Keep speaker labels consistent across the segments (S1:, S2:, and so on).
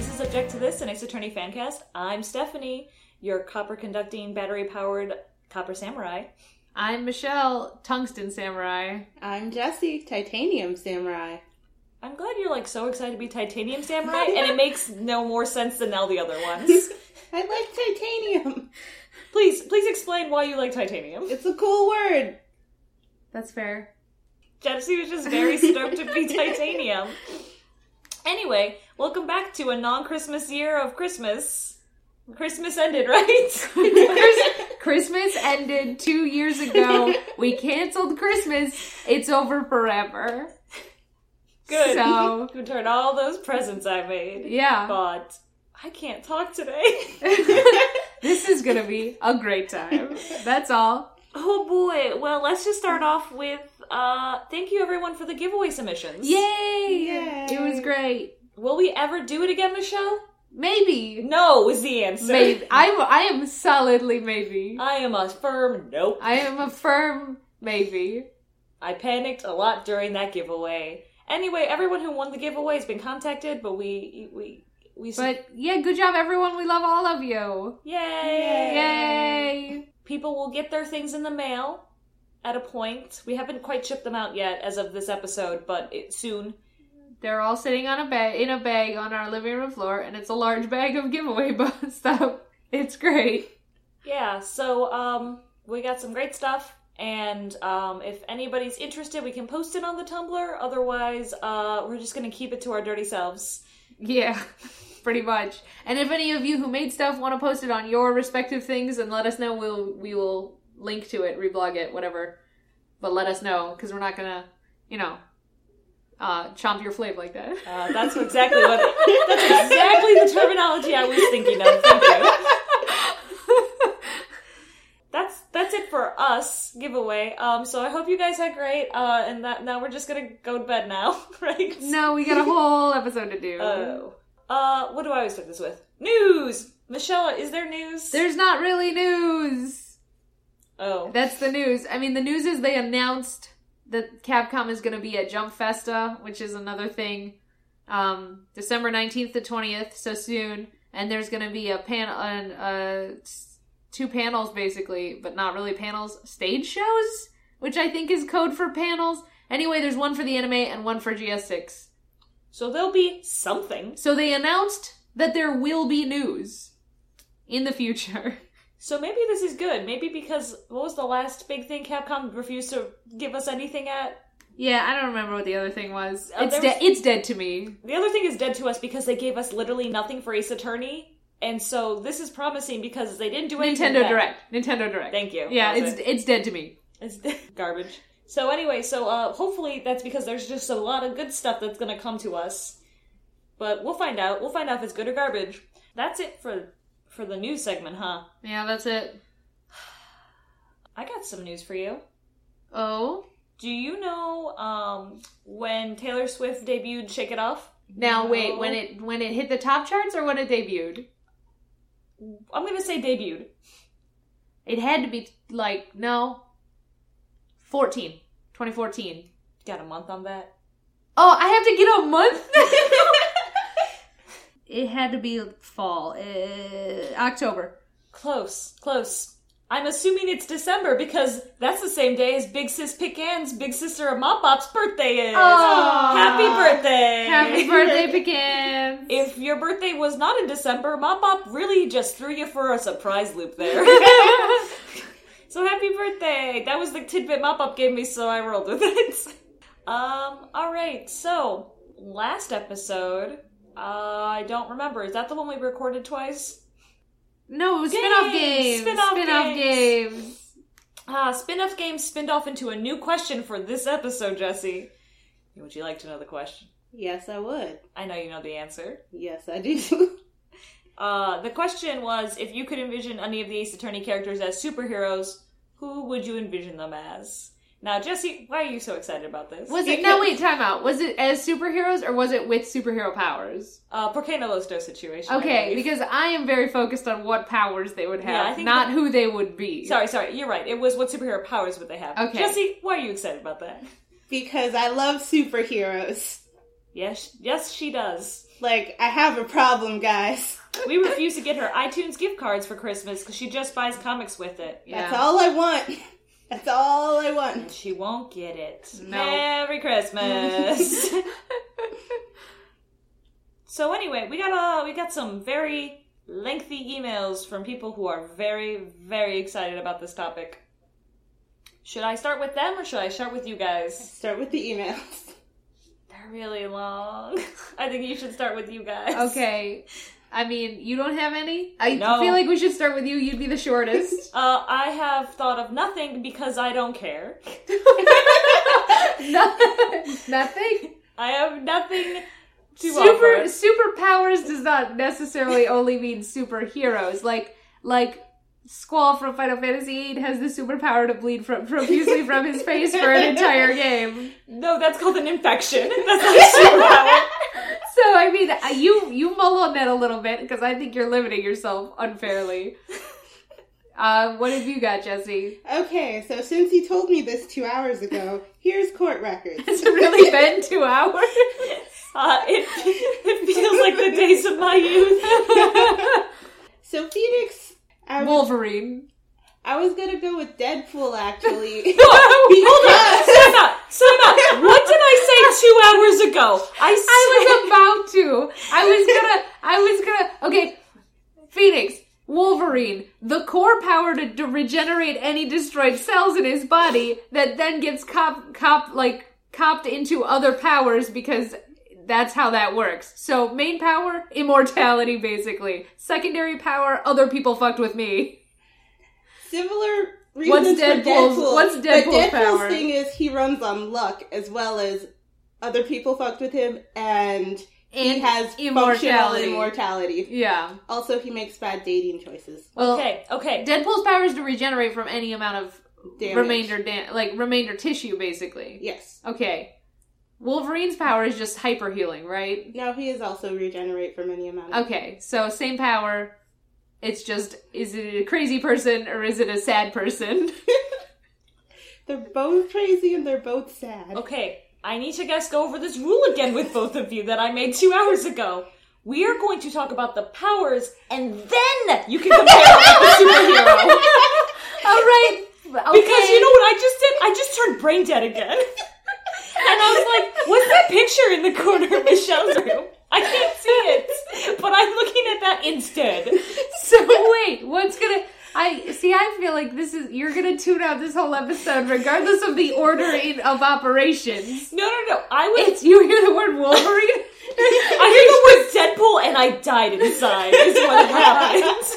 S1: subject to this and Ace Attorney Fancast. I'm Stephanie, your copper conducting, battery powered copper samurai.
S2: I'm Michelle, Tungsten Samurai.
S3: I'm Jesse, Titanium Samurai.
S1: I'm glad you're like so excited to be Titanium Samurai, and it makes no more sense than all the other ones.
S3: I like titanium.
S1: Please, please explain why you like titanium.
S3: It's a cool word.
S2: That's fair.
S1: Jesse was just very stoked to be titanium. Anyway, welcome back to a non-Christmas year of Christmas. Christmas ended, right?
S2: Christmas ended two years ago. We canceled Christmas. It's over forever.
S1: Good.
S2: So,
S1: You turn all those presents I made.
S2: yeah.
S1: But I can't talk today.
S2: this is going to be a great time. That's all.
S1: Oh boy. Well, let's just start off with uh thank you everyone for the giveaway submissions.
S2: Yay!
S3: Yay.
S2: It was great.
S1: Will we ever do it again, Michelle?
S2: Maybe.
S1: No was the answer.
S2: Maybe. I'm, I am solidly
S3: Uh,
S2: maybe.
S1: I am a firm nope.
S2: I am a firm maybe.
S1: I panicked a lot during that giveaway. Anyway, everyone who won the giveaway has been contacted, but we we we
S2: But yeah, good job, everyone. We love all of you.
S1: yay.
S2: Yay!
S1: People will get their things in the mail at a point. We haven't quite shipped them out yet as of this episode, but it, soon.
S2: They're all sitting on a bag in a bag on our living room floor, and it's a large bag of giveaway bu- stuff. It's great.
S1: Yeah, so um we got some great stuff and um if anybody's interested, we can post it on the Tumblr. Otherwise, uh we're just going to keep it to our dirty selves.
S2: Yeah, pretty much. And if any of you who made stuff want to post it on your respective things and let us know, we'll we will link to it, reblog it, whatever. But let us know because we're not gonna, you know, uh, chomp your flave like that.
S1: Uh, that's exactly what that's exactly the terminology I was thinking of. Thank you. That's that's it for us giveaway. Um, so I hope you guys had great. Uh, and that now we're just gonna go to bed now, right?
S2: no, we got a whole episode to do.
S1: Oh. Uh, what do I always start this with? News. Michelle, is there news?
S2: There's not really news.
S1: Oh,
S2: That's the news. I mean, the news is they announced that Capcom is going to be at Jump Festa, which is another thing, um, December nineteenth to twentieth, so soon. And there's going to be a panel, an, uh, s- two panels basically, but not really panels, stage shows, which I think is code for panels. Anyway, there's one for the anime and one for GS6.
S1: so there'll be something.
S2: So they announced that there will be news in the future.
S1: So maybe this is good. Maybe because what was the last big thing Capcom refused to give us anything at?
S2: Yeah, I don't remember what the other thing was.
S1: Oh,
S2: it's
S1: there was-
S2: de- it's dead to me.
S1: The other thing is dead to us because they gave us literally nothing for Ace Attorney, and so this is promising because they didn't do anything.
S2: Nintendo
S1: with that.
S2: Direct. Nintendo Direct.
S1: Thank you.
S2: Yeah,
S1: That was
S2: it's it's dead to me.
S1: it. it's garbage. So anyway, so uh, hopefully that's because there's just a lot of good stuff that's gonna come to us, but we'll find out. We'll find out if it's good or garbage. That's it for for the news segment, huh?
S2: Yeah, that's it.
S1: I got some news for you.
S2: Oh,
S1: Do you know um, when Taylor Swift debuted "Shake It Off"?
S2: now
S1: No.
S2: wait. When it when it hit the top charts or when it debuted?
S1: I'm gonna say debuted.
S2: It had to be like no. 14. 2014.
S1: Got a month on that.
S2: Oh, I have to get a month. it had to be fall. Uh, October.
S1: Close, close. I'm assuming it's December because that's the same day as Big Sis Pickan's big sister of Mop Pop's birthday is.
S2: Aw.
S1: Happy birthday!
S2: Happy birthday, Pecans.
S1: if your birthday was not in December, Mop Pop really just threw you for a surprise loop there. so happy birthday! That was the tidbit Mop Pop gave me, so I rolled with it. Um, alright, so last episode, uh, I don't remember. Is that the one we recorded twice?
S2: no, it was spin-off
S1: Games,
S2: games.
S1: spin-off games.
S2: games.
S1: Ah, spin-off games spinned off into a new question for this episode, Jesse. Would you like to know the question?
S3: Yes, I would.
S1: I know you know the answer.
S3: Yes, I do.
S1: Uh, the question was if you could envision any of the Ace Attorney characters as superheroes, who would you envision them as? Now, Jesse, why are you so excited about this?
S2: Was it no wait, time out. Was it as superheroes or was it with superhero powers?
S1: uh, Porcano Los Dos situation. I
S2: Okay,
S1: believe.
S2: because I am very focused on what powers they would
S1: Yeah, I
S2: have,
S1: think
S2: not
S1: that-
S2: who they would be.
S1: sorry, sorry, you're right. It was what superhero powers would they have?
S2: Okay.
S1: Jesse, why are you excited about that?
S3: because I love superheroes.
S1: Yes, yes, she does.
S3: Like, I have a problem, guys.
S1: We refuse to get her iTunes gift cards for Christmas because she just buys comics with it.
S2: Yeah.
S3: That's all I want. That's all I want.
S1: And she won't get it.
S2: No.
S1: Merry Christmas. so anyway, we got uh, we got some very lengthy emails from people who are very very excited about this topic. Should I start with them or should I start with you guys?
S3: Start with the emails.
S1: They're really long. I think you should start with you guys.
S2: okay. I mean, you don't have any? I
S1: No.
S2: feel like we should start with you. You'd be the shortest.
S1: Uh, I have thought of nothing because I don't care.
S2: No- Nothing.
S1: I have nothing to
S2: Super
S1: offer.
S2: superpowers does not necessarily only mean superheroes. Like like Squall from Final Fantasy VIII has the superpower to bleed from, profusely from his face for an entire game.
S1: No, that's called an infection. That's not a superpower.
S2: So I mean, uh, you you mull on that a little bit because I think you're limiting yourself unfairly. Uh, what have you got, Jesse?
S3: Okay, so since you told me this two hours ago, here's court records.
S2: Has it really been two hours?
S1: Uh, it, it feels like the days of my youth.
S3: So Phoenix, I was,
S2: Wolverine.
S3: I was gonna go with Deadpool actually.
S1: Hold on, time out, time out. What did I say two hours ago? I said
S2: I was about to. I was gonna. I was gonna. Okay, Phoenix, Wolverine, the core power to, to regenerate any destroyed cells in his body that then gets cop cop like copped into other powers because that's how that works. So main power, immortality, basically. Secondary power, other people fucked with me.
S3: Similar reasons
S2: What's
S3: for
S2: Deadpool's-
S3: Deadpool.
S2: what's
S3: but
S2: Deadpool's
S3: Deadpool's
S2: power?
S3: thing is he runs on luck as well as other people fucked with him, and he
S2: And
S3: has functional
S2: immortality.
S3: immortality.
S2: Yeah.
S3: Also, he makes bad dating choices.
S2: Well,
S1: okay, okay.
S2: Deadpool's power is to regenerate from any amount of
S3: Damage.
S2: remainder, da- like remainder tissue, basically.
S3: Yes.
S2: Okay. Wolverine's power is just hyper healing, right?
S3: No, he is also regenerate from any amount. Of-
S2: Okay, so same power. It's just is it a crazy person or is it a sad person?
S3: they're both crazy and they're both sad.
S1: Okay, I need to guess go over this rule again with both of you that I made two hours ago. We are going to talk about the powers, and then you can compare it with the superhero.
S2: All right. Okay.
S1: Because you know what I just did? I just turned brain dead again. and I was like, what's that picture in the corner of Michelle's room? I can't see it, but I'm looking at that instead.
S2: So wait, what's gonna? I see. I feel like this is you're gonna tune out this whole episode, regardless of the order in, of operations.
S1: No, no, no. I was.
S2: It's you hear the word Wolverine.
S1: I heard the word Deadpool and I died inside. Is what happened.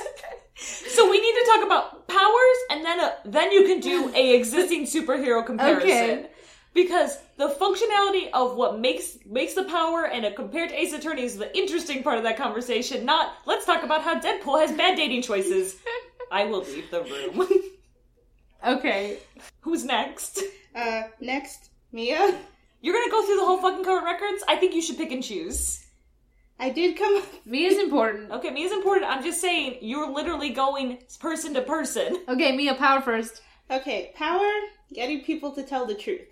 S1: So we need to talk about powers, and then uh then you can do a existing superhero comparison.
S2: Okay.
S1: Because the functionality of what makes makes the power and a compared to Ace Attorney is the interesting part of that conversation. Not let's talk about how Deadpool has bad dating choices. I will leave the room.
S2: okay.
S1: Who's next?
S3: Uh, next, Mia.
S1: You're gonna go through the whole fucking current records. I think you should pick and choose.
S3: I did come up
S2: Mia's important.
S1: Okay, me is important. I'm just saying you're literally going person to person.
S2: Okay, Mia, power first.
S3: Okay, power, getting people to tell the truth.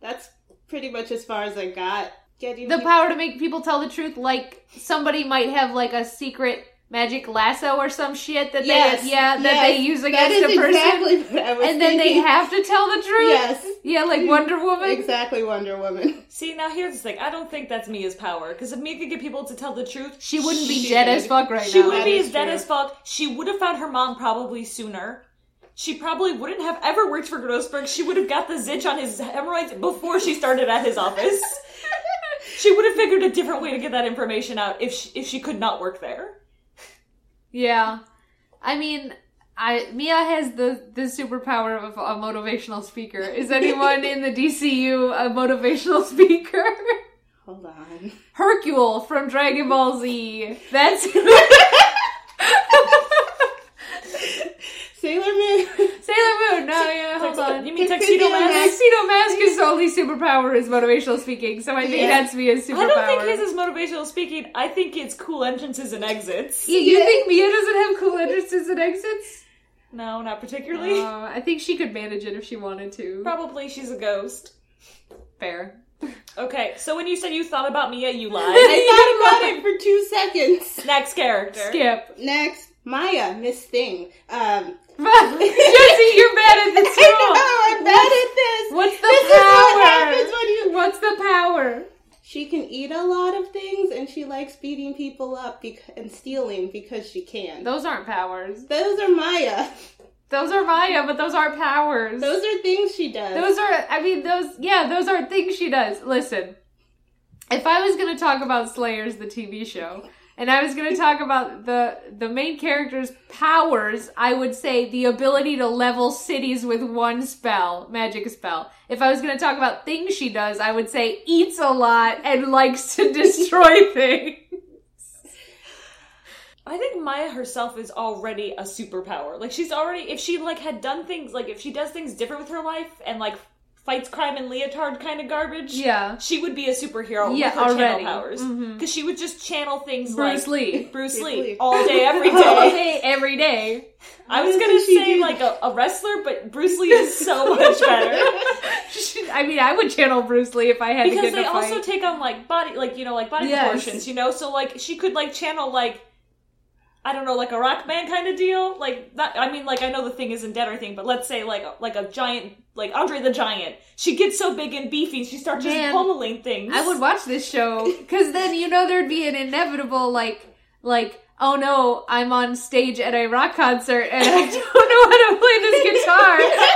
S3: That's pretty much as far as I got. Getting
S2: the
S3: peop-
S2: power to make people tell the truth like somebody might have like a secret magic lasso or some shit that
S3: Yes,
S2: they yeah that
S3: yes,
S2: they use against
S3: that is
S2: a person
S3: Exactly what I was
S2: and then they
S3: thinking.
S2: have to tell the truth
S3: Yes. Mm.
S2: yeah like wonder woman
S3: Exactly Wonder Woman.
S1: See, now here's the thing. I don't think that's Mia's power. Because if Mia could get people to tell the truth,
S2: she wouldn't be
S3: She
S2: dead
S3: would.
S2: as fuck right
S1: she
S2: now
S1: would be
S3: that
S1: as
S3: is
S1: dead
S3: true.
S1: as fuck. She would have found her mom probably sooner. She probably wouldn't have ever worked for Grossberg. She would have got the zitch on his hemorrhoids before she started at his office. she would have figured a different way to get that information out if she, if she could not work there.
S2: yeah i mean I, Mia has the, the superpower of a motivational speaker. Is anyone in the DCU a motivational speaker?
S3: Hold on.
S2: Hercule from Dragon Ball Z. That's
S3: Sailor Moon.
S2: Sailor Moon. No, yeah, hold on.
S1: You mean Tuxedo
S3: Tuxedo
S1: Mask?
S3: Mask.
S2: Tuxedo Mask is only superpower is motivational speaking, so I think
S3: Yeah.
S2: that's Mia's superpower.
S1: I don't think his is motivational speaking. I think it's cool entrances and exits.
S2: Yeah, you think Mia doesn't have cool entrances and exits?
S1: No, not particularly.
S2: Uh, I think she could manage it if she wanted to.
S1: Probably she's a ghost.
S2: Fair.
S1: Okay, so when you said you thought about Mia, you lied.
S3: I thought about it for two seconds.
S1: Next character.
S2: Skip.
S3: Next, Maya, Miss Thing. Um,
S2: Jesse, you're bad at this role.
S3: I know, I'm bad at
S2: What's
S3: this.
S2: the
S3: this is what happens
S2: Oh, power?
S3: when you.
S2: What's the power?
S3: She can eat a lot of things, and she likes beating people up bec- and stealing because she can.
S2: Those aren't powers.
S3: Those are Maya.
S2: Those are Maya, but those aren't powers.
S3: Those are things she does.
S2: Those are, I mean, those, yeah, those are things she does. Listen, if I was going to talk about Slayers, the TV show, and I was going to talk about the the main character's powers, I would say the ability to level cities with one spell, magic spell. If I was going to talk about things she does, I would say eats a lot and likes to destroy things.
S1: I think Maya herself is already a superpower. Like she's already if she like had done things like if she does things different with her life and like fights crime and leotard kind of garbage,
S2: Yeah.
S1: she would be a superhero
S2: Yeah,
S1: with her
S2: already.
S1: channel powers.
S2: Mhm.
S1: Cause she would just channel things like
S2: Bruce Lee.
S1: Bruce
S3: Bruce
S1: Lee,
S3: Lee.
S1: all day, every
S2: All
S1: day.
S2: day, every day.
S1: I was
S3: Why
S1: gonna
S3: doesn't she
S1: say
S3: do
S1: like a, a wrestler, but Bruce Lee is so much better.
S2: I mean, I would channel Bruce Lee if I had to
S1: because
S2: get in a
S1: they also
S2: fight.
S1: take on like body like you know like body
S2: Yes.
S1: proportions you know so like she could like channel like i don't know like a rock band kind of deal like not i mean like i know the thing isn't dead or anything but let's say like a- like a giant like andre the giant she gets so big and beefy she starts just
S2: Man,
S1: pummeling things
S2: I would watch this show because then you know there'd be an inevitable like like oh no I'm on stage at a rock concert and I don't know how to play this guitar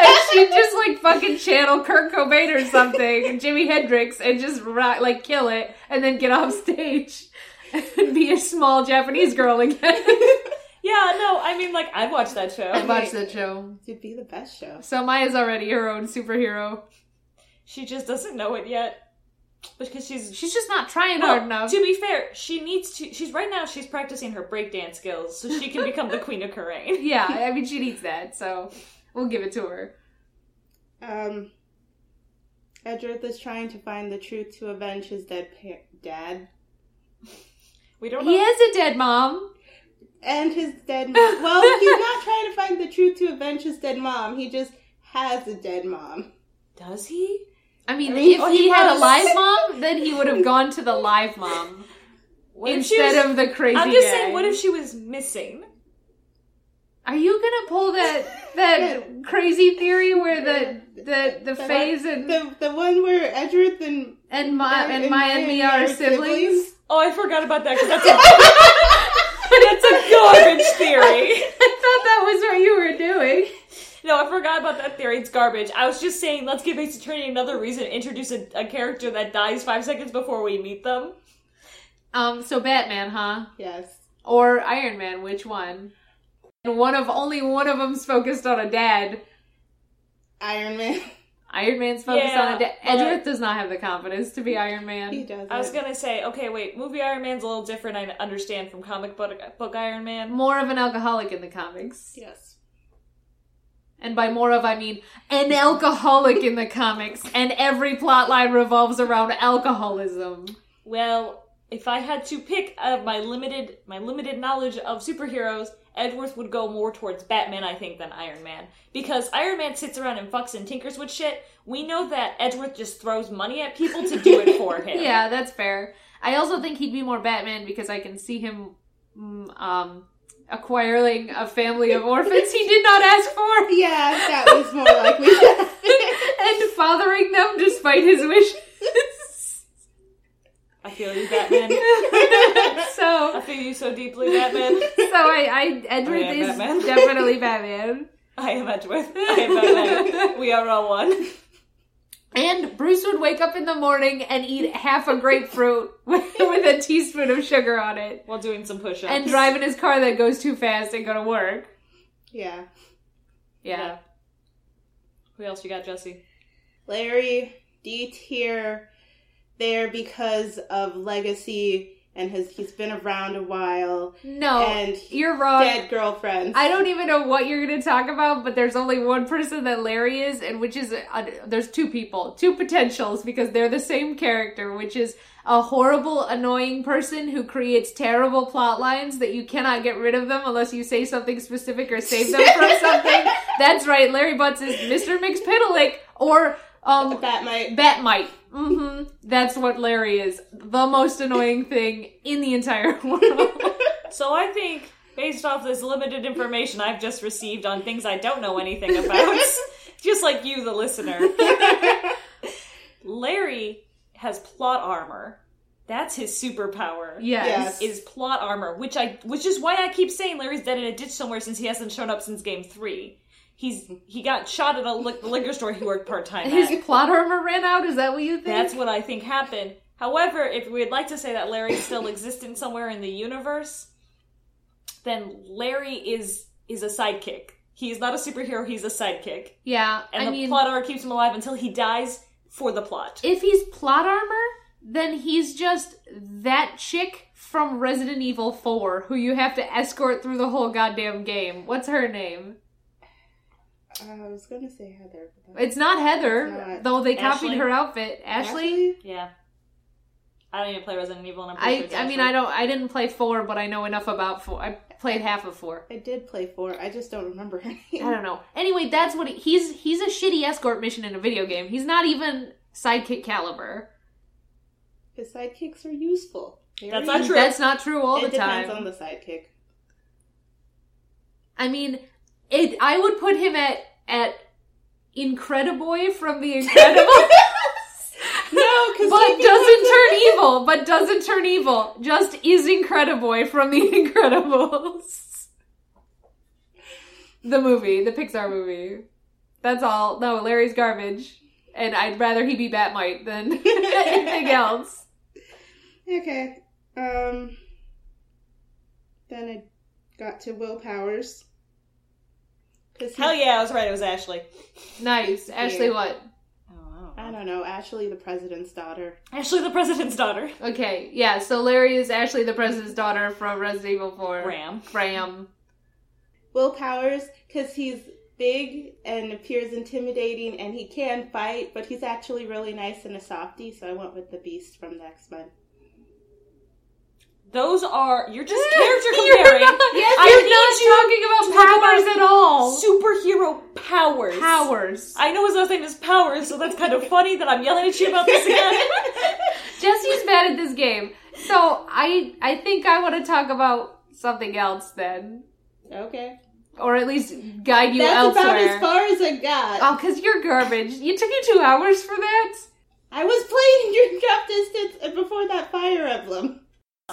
S2: and she'd just like fucking channel Kurt Cobain or something Jimi Hendrix and just rock, like kill it and then get off stage and be a small Japanese girl again.
S1: yeah no i mean like i'd watch that
S2: I'd
S1: show
S2: watch that show.
S3: It'd be the best show.
S2: So Maya's already her own superhero.
S1: she just doesn't know it yet because she's
S2: She's just not trying
S1: Well,
S2: hard enough.
S1: to be fair she needs to she's right now she's practicing her breakdance skills so she can become the queen of Karain.
S2: yeah, I mean she needs that, so we'll give it to her.
S3: Um, Edward is trying to find the truth to avenge his dead pa- dad
S1: we don't know
S2: He is a dead mom.
S3: and his dead mom. Well, he's not trying to find the truth to avenge his dead mom. He just has a dead mom.
S1: does he
S2: I mean,
S3: I mean,
S2: if
S3: oh,
S2: he,
S3: he
S2: had a
S3: was.
S2: live mom, then he would have gone to the live mom
S1: What if she
S2: instead
S1: was-
S2: of the crazy.
S1: I'm just
S2: dad.
S1: saying, what if she was missing?
S2: Are you gonna pull that that crazy theory where the the the,
S3: The one-
S2: phase and
S3: The the one where Edward and
S2: and Ma
S3: and-
S2: and
S3: and
S2: Maya and Mia are siblings?
S1: Oh, I forgot about that because that's a, that's a garbage
S2: I
S1: theory.
S2: thought that was what you were doing.
S1: No, I forgot about that theory. It's garbage. I was just saying, let's give Ace Attorney another reason to introduce a, a character that dies five seconds before we meet them.
S2: Um, so Batman, huh?
S3: Yes.
S2: Or Iron Man? Which one? And one of only one of them's focused on a dad.
S3: Iron Man.
S2: Iron Man's focused
S1: Yeah,
S2: on a dad.
S1: but-
S2: Edward does not have the confidence to be Iron Man.
S3: He does.
S1: I was gonna say, okay, wait, movie Iron Man's a little different. I understand from comic book, book Iron Man.
S2: more of an alcoholic in the comics.
S3: Yes.
S2: And by more of, I mean an alcoholic in the comics. And every plot line revolves around alcoholism.
S1: Well, if I had to pick uh, my limited my limited knowledge of superheroes, Edworth would go more towards Batman, I think, than Iron Man. Because Iron Man sits around and fucks and tinkers with shit. We know that Edworth just throws money at people to do it for him.
S2: Yeah, that's fair. I also think he'd be more Batman because I can see him mm, um, acquiring a family of orphans he did not ask for
S3: Yeah, that was more like me.
S2: and fathering them despite his wishes.
S1: I feel you, Batman. I
S2: so,
S1: feel you so deeply, Batman.
S2: so I, I Edward
S1: I am
S2: is
S1: Batman.
S2: definitely Batman.
S1: I am Edworth. I am Batman. We are all one.
S2: And Bruce would wake up in the morning and eat half a grapefruit with, with a teaspoon of sugar on it
S1: While doing some push ups.
S2: and drive in his car that goes too fast and go to work.
S3: yeah.
S2: Yeah.
S1: Who else you got, Jesse?
S3: Larry D tier there because of legacy and his he's been around a while
S2: No,
S3: and he-
S2: you're wrong.
S3: dead girlfriends.
S2: Oh, I don't even know what you're going to talk about, but there's only one person that Larry is, and which is uh, there's two people, two potentials because they're the same character, which is a horrible, annoying person who creates terrible plot lines that you cannot get rid of them unless you say something specific or save them from something. That's right, Larry Butts is Mr. McSpittalick or um
S3: that might
S2: Batmite. hmm That's what Larry is. The most annoying thing in the entire world.
S1: So I think, based off this limited information I've just received on things I don't know anything about, just like you, the listener, Larry has plot armor. That's his superpower.
S2: yes.
S3: Yes.
S1: Is plot armor, which I, which is why I keep saying Larry's dead in a ditch somewhere since he hasn't shown up since game three. He's he got shot at a li- the liquor store he worked part time at.
S2: His plot armor ran out? Is that what you think?
S1: That's what I think happened. However, if we'd like to say that Larry still existed somewhere in the universe, then Larry is is a sidekick. He is not a superhero, he's a sidekick.
S2: yeah.
S1: And
S2: I
S1: the
S2: mean,
S1: plot armor keeps him alive until he dies for the plot.
S2: if he's plot armor, then he's just that chick from Resident Evil 4 who you have to escort through the whole goddamn game. What's her name?
S3: Uh, I was gonna say Heather. but that's-
S2: It's not Heather,
S3: It's not.
S2: though they copied
S1: Ashley?
S2: her outfit. Ashley?
S1: Yeah. I don't even play Resident Evil and I'm pretty sure
S2: I,
S1: it's
S2: I mean,
S1: Ashley.
S2: I don't. I didn't play 4, but I know enough about 4. I played half of 4.
S3: I did play four. I just don't remember her name.
S2: I don't know. Anyway, that's what he, he's he's a shitty escort mission in a video game. He's not even sidekick caliber.
S3: His sidekicks are useful. Very
S1: That's not
S3: useful.
S1: True.
S2: That's not true all
S3: It
S2: the
S3: depends
S2: time.
S3: on the sidekick.
S2: I mean, it. I would put him at at Incrediboy from the Incredibles,
S3: No, because
S2: but doesn't turn evil. But doesn't turn evil. Just is Incrediboy from the Incredibles. The movie, the Pixar movie. That's all. No, Larry's garbage, and I'd rather he be Batmite than anything else.
S3: Okay. Um. Then I got to Will Powers. 'Cause he-
S1: Hell yeah, I was right, it was Ashley.
S2: Nice. Ashley,
S3: Yeah.
S2: what?
S1: Oh,
S3: I don't know. Ashley, the president's daughter.
S1: Ashley the President's daughter.
S2: Okay, yeah, so Larry is Ashley, the president's daughter from Resident Evil 4.
S1: Ram.
S2: Fram.
S3: Will Powers, because he's big and appears intimidating, and he can fight, but he's actually really nice and a softie. So I went with the Beast from the X Men.
S1: Those are you're just character
S2: You're
S1: comparing.
S2: not,
S1: Yes,
S2: you're
S1: I
S2: not talking about powers at all.
S1: superhero powers.
S2: Powers.
S1: I know his last name is Powers, so that's kind of funny that I'm yelling at you about this again.
S2: Jesse's bad at this game. So I I think I want to talk about something else then.
S3: Okay.
S2: Or at least guide you
S3: That's about
S2: elsewhere.
S3: as far as I got.
S2: Oh, because you're garbage. It took you two hours for that?
S3: I was playing Dream Drop Distance and before that Fire Emblem.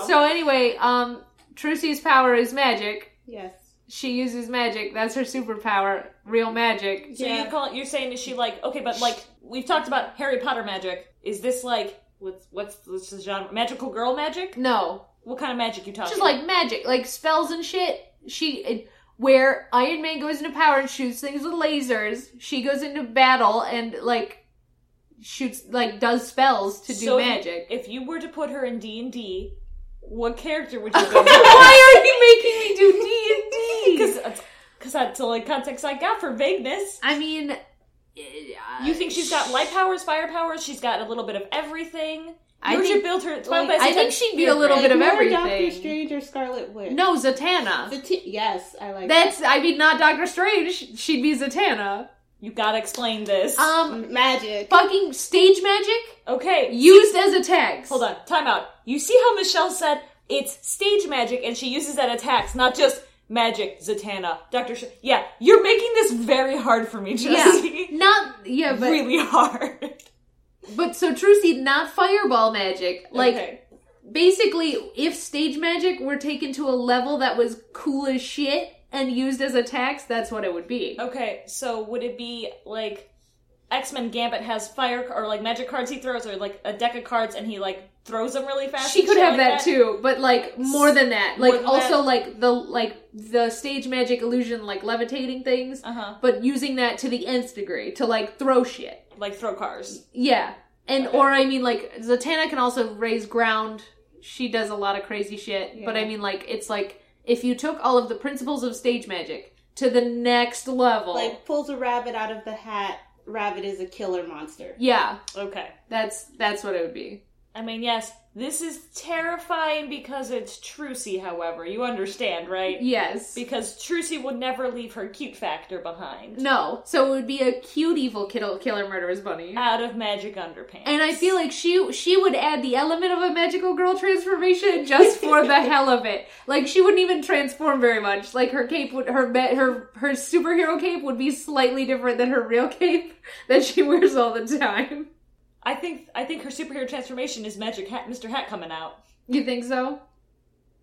S2: So anyway, um, Trucy's power is magic.
S3: Yes.
S2: she uses magic. That's her superpower, real magic.
S1: So
S3: Yeah.
S1: you call you're saying is she like okay, but like we've talked about Harry Potter magic. Is this like what's what's what's the genre? Magical girl magic?
S2: No,
S1: What kind of magic you talking?
S2: just like magic, like spells and shit. She it- where Iron Man goes into power and shoots things with lasers. She goes into battle and like shoots like does spells to do
S1: So if-
S2: magic.
S1: If you were to put her in D and D, what character would you go?
S2: Why are you making me do D and D?
S1: Because because that's the only context I got for vagueness.
S2: I mean, uh,
S1: You think she's got light powers, fire powers? She's got a little bit of everything.
S2: I
S1: You
S2: think-
S1: should build her. Final
S2: like,
S1: Fantasy
S2: I think
S1: X
S2: she'd be a little
S1: spirit.
S2: bit of
S3: More
S2: everything.
S3: Doctor Strange or Scarlet Witch.
S2: No, Zatanna.
S3: The t- yes, I like
S2: That's I mean not Doctor Strange. She'd be Zatanna.
S1: You gotta explain this.
S2: Um,
S3: M- magic.
S2: fucking stage magic
S1: okay,
S2: used as a tax.
S1: Hold on, time out. You see how Michelle said it's stage magic and she uses that attacks, not just magic, Zatanna, Dr. Sh- yeah, you're making this very hard for me,
S2: Yeah,
S1: Jesse.
S2: not yeah, but
S1: really hard.
S2: but so Trucy, not fireball magic. Like
S1: Okay.
S2: basically, if stage magic were taken to a level that was cool as shit and used as a tax, that's what it would be.
S1: Okay, so would it be like X-Men Gambit has fire or like magic cards he throws or like a deck of cards and he like throws them really fast?
S2: She
S1: and
S2: could
S1: shit
S2: have
S1: like
S2: that, too, but like more than that.
S1: More
S2: Like
S1: than
S2: also
S1: that.
S2: like the like the stage magic illusion, like levitating things,
S1: Uh-huh.
S2: but using that to the nth degree to like throw shit.
S1: Like throw cars.
S2: Yeah. And
S1: Okay.
S2: or I mean like Zatanna can also raise ground. She does a lot of crazy shit. But I
S3: Yeah.
S2: mean like it's like if you took all of the principles of stage magic to the next level.
S3: Like pulls a rabbit out of the hat. Rabbit is a killer monster.
S2: yeah,
S1: Okay.
S2: that's that's what it would be.
S1: I mean, yes, this is terrifying because it's Trucy, however. You understand, right?
S2: Yes.
S1: Because Trucy would never leave her cute factor behind.
S2: No. So it would be a cute evil kiddo killer murderous bunny.
S1: Out of magic underpants.
S2: and I feel like she she would add the element of a magical girl transformation just for the hell of it. Like she wouldn't even transform very much. Like her cape would her ma- her her superhero cape would be slightly different than her real cape that she wears all the time.
S1: I think I think her superhero transformation is Magic Hat Mr. Hat coming out.
S2: You think so?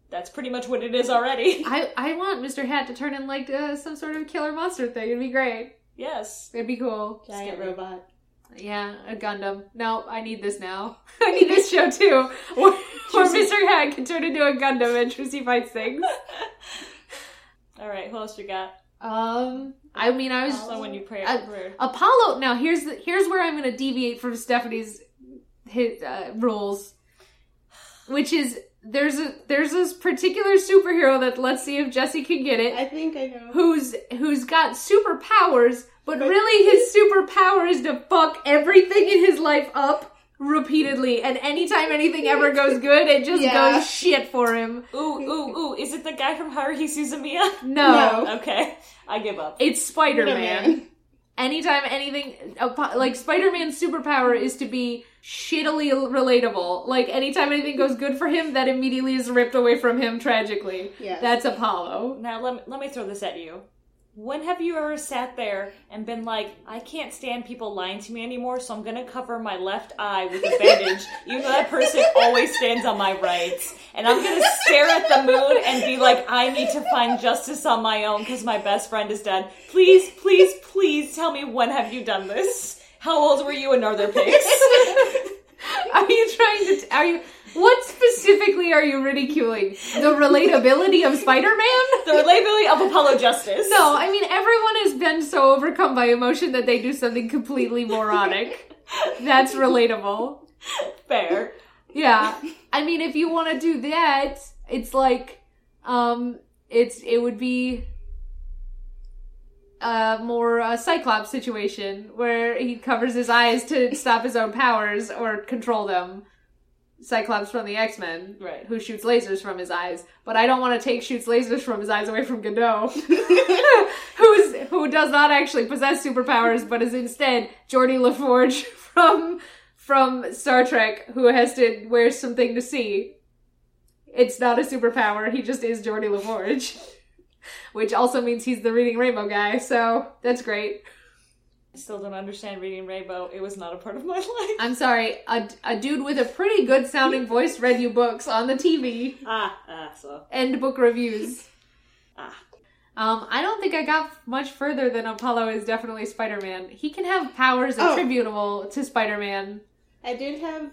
S1: That's pretty much what it is already.
S2: I I want Mr. Hat to turn in like uh, some sort of killer monster thing. It'd be great.
S1: yes.
S2: It'd be cool.
S3: Giant
S1: Scary.
S3: robot.
S2: Yeah, a Gundam. No, I need this now. I need this show too. Where, where Mr. Hat can turn into a Gundam and Tracy fights things.
S1: Alright, who else you got?
S2: Um, I mean, I was
S1: So when you pray
S2: I-
S1: out prayer.
S2: Apollo. Now here's the, here's where I'm going to deviate from Stephanie's his, uh, rules, which is there's a there's this particular superhero that let's see if Jesse can get it.
S3: I think I know.
S2: Who's who's got superpowers, but really his superpower is to fuck everything in his life up repeatedly, and anytime anything ever goes good, it just
S3: Yeah.
S2: goes shit for him.
S1: Ooh, oooo, ooh, is it the guy from Haruhi Suzumiya?
S2: No,
S3: No.
S1: Okay. I give up.
S2: it's Spider Man.
S3: Spider-Man.
S2: anytime anything apo- like spider-man's superpower is to be shittily relatable like anytime anything goes good for him that immediately is ripped away from him tragically
S3: Yes.
S2: that's apollo
S1: Now let me, let me throw this at you. When have you ever sat there and been like, I can't stand people lying to me anymore, so I'm gonna cover my left eye with a bandage, even though that person always stands on my right. And I'm gonna stare at the moon and be like, I need to find justice on my own because my best friend is dead. Please, please, please tell me when have you done this? How old were you in Northern Pigs?
S2: are you trying to are you what specifically are you ridiculing the relatability of spider-man
S1: the relatability of Apollo Justice.
S2: no i mean everyone has been so overcome by emotion that they do something completely moronic that's relatable
S1: Fair.
S2: Yeah. I mean, if you want to do that, it's like, um, it's, it would be a more uh, Cyclops situation where he covers his eyes to stop his own powers or control them. Cyclops from the X Men,
S1: Right.
S2: Who shoots lasers from his eyes, but I don't want to take shoots lasers from his eyes away from Godot, who is who does not actually possess superpowers, but is instead Geordie LaForge from from Star Trek, who has to wear something to see. It's not a superpower. He just is Geordie LaForge, which also means he's the Reading Rainbow guy. So that's great.
S1: I still don't understand reading Rainbow. It was not a part of my life.
S2: I'm sorry. A, a dude with a pretty good sounding voice read you books on the TV
S1: Ah, ah, so.
S2: and book reviews.
S1: Ah.
S2: Um, I don't think I got much further than Apollo is definitely Spider Man. He can have powers
S3: Oh.
S2: attributable to Spider Man.
S3: I did have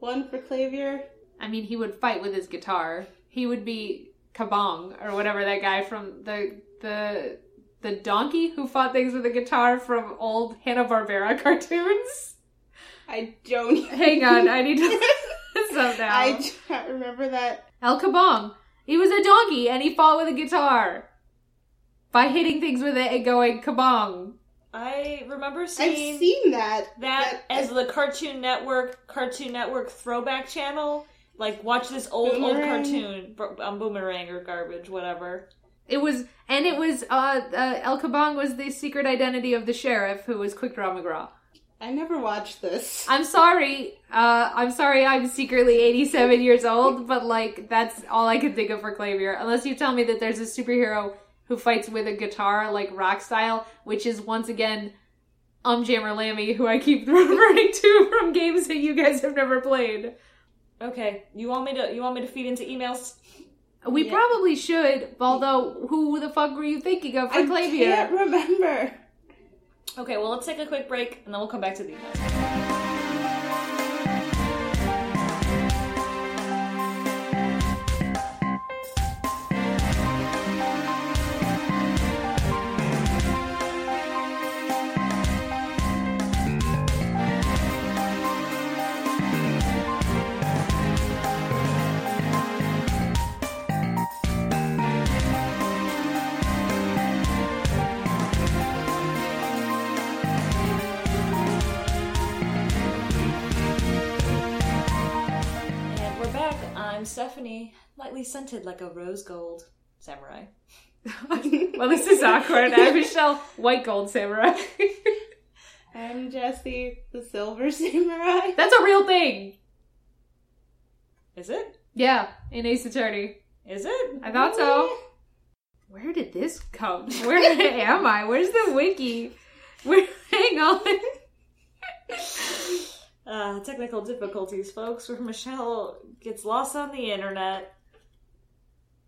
S3: one for Clavier.
S2: I mean, he would fight with his guitar. He would be Kabong or whatever that guy from the the the donkey who fought things with a guitar from old Hanna Barbera cartoons.
S3: I don't.
S2: Hang on, I need to look this up now.
S3: I do not remember that.
S2: El Kabong. He was a donkey and he fought with a guitar by hitting things with it and going Kabong.
S1: I remember
S3: I've
S1: seeing
S3: seen that.
S1: that
S3: That-
S1: as the Cartoon Network, Cartoon Network throwback channel. Like, watch this old, old
S3: Boomerang.
S1: cartoon bro- on Boomerang or Garbage, whatever.
S2: It was, and it was, uh, uh, El Kabong was the secret identity of the sheriff who was Quick Draw McGraw.
S3: I never watched this.
S2: I'm sorry. Uh, I'm sorry. I'm secretly 87 years old, but like that's all I can think of for Clavier. Unless you tell me that there's a superhero who fights with a guitar, like rock style, which is once again Um Jammer Lammy, who I keep referring to from games that you guys have never played.
S1: Okay, you want me to you want me to feed into emails?
S2: We
S3: Yeah.
S2: probably should, although who the fuck were you thinking of for
S3: I
S2: Clavier?
S3: can't remember.
S1: Okay, well let's take a quick break and then we'll come back to the emails. I'm Stephanie, lightly scented like a rose gold samurai.
S2: well, this is awkward. I'm Michelle White Gold Samurai.
S3: I'm Jesse, the Silver Samurai.
S2: That's a real thing.
S1: Is it?
S2: Yeah, in Ace Attorney.
S1: Is it?
S2: I thought so. Where did this come? Where am I? Where's the wiki? Where? Hang on.
S1: Uh, technical difficulties, folks, where Michelle gets lost on the internet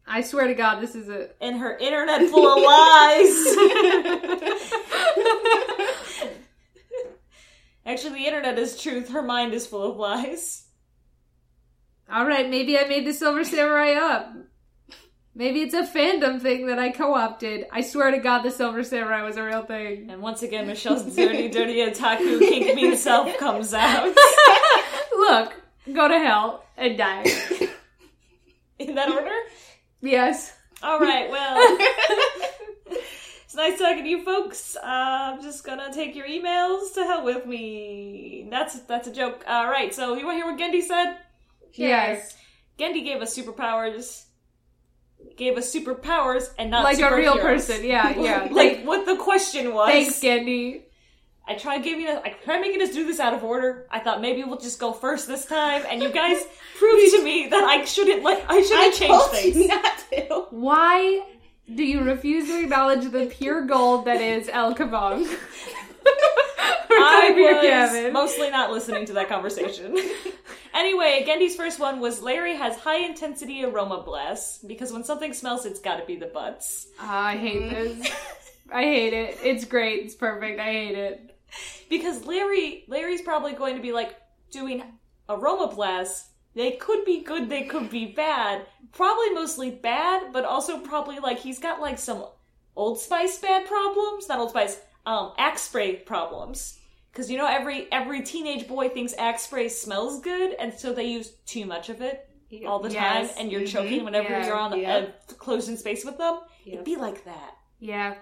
S2: I swear to God, this is a.
S1: and her internet full of lies. Actually, the internet is truth. Her mind is full of lies.
S2: All right, maybe I made the Silver Samurai up. Maybe it's a fandom thing that I co-opted. I swear to God, the Silver Samurai was a real thing.
S1: And once again, Michelle's dirty, dirty otaku kink mean self comes out.
S2: Look, go to hell and die.
S1: In that order?
S2: yes.
S1: All right, well. It's nice talking to you folks. Uh, I'm just gonna take your emails to hell with me. That's that's a joke. All right, so you want to hear what Gendy said?
S2: Yes.
S1: Gendy gave us superpowers. Gave us superpowers and not
S2: Like a real
S1: Uh, superheroes.
S2: person. Yeah, yeah.
S1: like what the question was.
S2: Thanks, Gendy.
S1: I tried giving us, I tried making us do this out of order. I thought maybe we'll just go first this time, and you guys proved to me that I shouldn't let I
S3: I
S1: shouldn't change
S3: told
S1: things.
S3: you not to.
S2: Why do you refuse to acknowledge the pure gold that is El Kabong?
S1: I
S2: Type your
S1: was
S2: Gavin.
S1: mostly not listening to that conversation. anyway, Gendy's first one was Larry has high intensity aroma blasts because when something smells, it's got to be the butts.
S2: Ah, I
S1: Mm.
S2: hate this. I hate it. It's great. It's perfect. I hate it.
S1: Because Larry, Larry's probably going to be like doing aroma blasts. They could be good. They could be bad. Probably mostly bad, but also probably like he's got like some Old Spice bad problems. Not Old Spice. Um, Axe spray problems. Because you know every every teenage boy thinks Axe spray smells good, and so they use too much of it. all the
S2: Yes.
S1: time and you're
S3: Mhm.
S1: choking whenever
S2: Yeah.
S1: you're on
S3: Yep.
S1: a closed in space with them. It'd
S3: Yep.
S1: be like that.
S2: Yeah.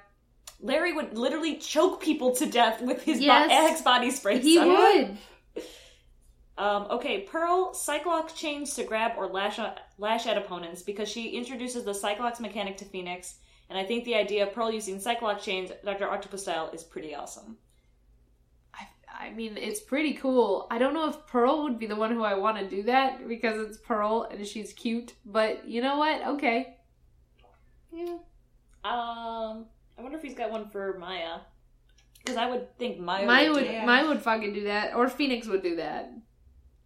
S1: Larry would literally choke people to death with his
S2: Yes.
S1: bo- ex body spray.
S2: He
S1: stuff.
S2: would.
S1: Um, okay, Pearl Cyclops chains to grab or lash on, lash at opponents because she introduces the Cyclops mechanic to Phoenix, and I think the idea of Pearl using Cyclops chains, Doctor Octopus style, is pretty awesome.
S2: I, I mean, it's pretty cool. I don't know if Pearl would be the one who I want to do that because it's Pearl and she's cute. But you know what? Okay.
S3: Yeah.
S1: Um, I wonder if he's got one for Maya because I would think Maya,
S2: Maya
S1: would.
S2: would.
S1: do it.
S3: yeah.
S2: Maya would fucking do that, or Phoenix would do that.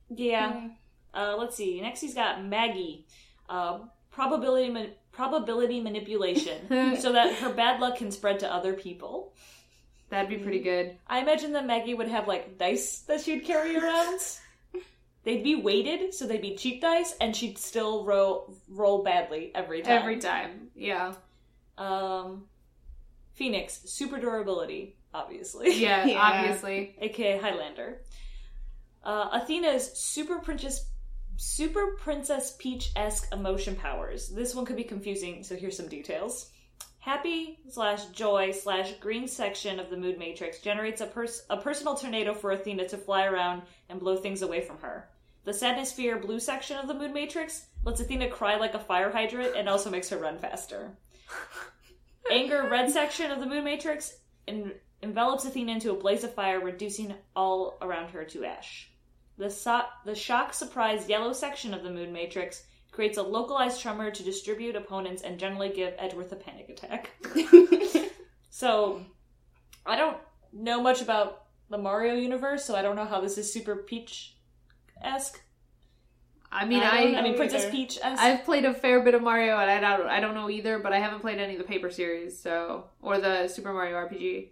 S1: Yeah. Uh, let's see. Next, he's got Maggie. Uh, probability ma- probability manipulation, so that her bad luck can spread to other people.
S2: That'd be pretty good.
S1: I imagine that Maggie would have like dice that she'd carry around. they'd be weighted, so they'd be cheap dice, and she'd still roll roll badly every time.
S2: Every time. Yeah.
S1: Um, Phoenix super durability, obviously.
S2: Yeah.
S3: Yeah.
S2: Obviously.
S1: aka Highlander. Uh, Athena's super princess, super princess Peach esque emotion powers. This one could be confusing, so here's some details. Happy slash joy slash green section of the mood matrix generates a, pers- a personal tornado for Athena to fly around and blow things away from her. The sadness fear blue section of the mood matrix lets Athena cry like a fire hydrant and also makes her run faster. Anger red section of the mood matrix en- envelops Athena into a blaze of fire, reducing all around her to ash. The, so- the shock surprise yellow section of the mood matrix creates a localized tremor to distribute opponents and generally give Edgeworth a panic attack. So, I don't know much about the Mario universe, so I don't know how this is super Peach esque.
S2: I mean,
S3: I
S2: I.
S3: don't
S1: I mean,
S3: know
S1: Princess
S3: either.
S1: Peach esque.
S2: I've played a fair bit of Mario, and I don't, I don't know either, but I haven't played any of the paper series, so or the Super Mario RPG.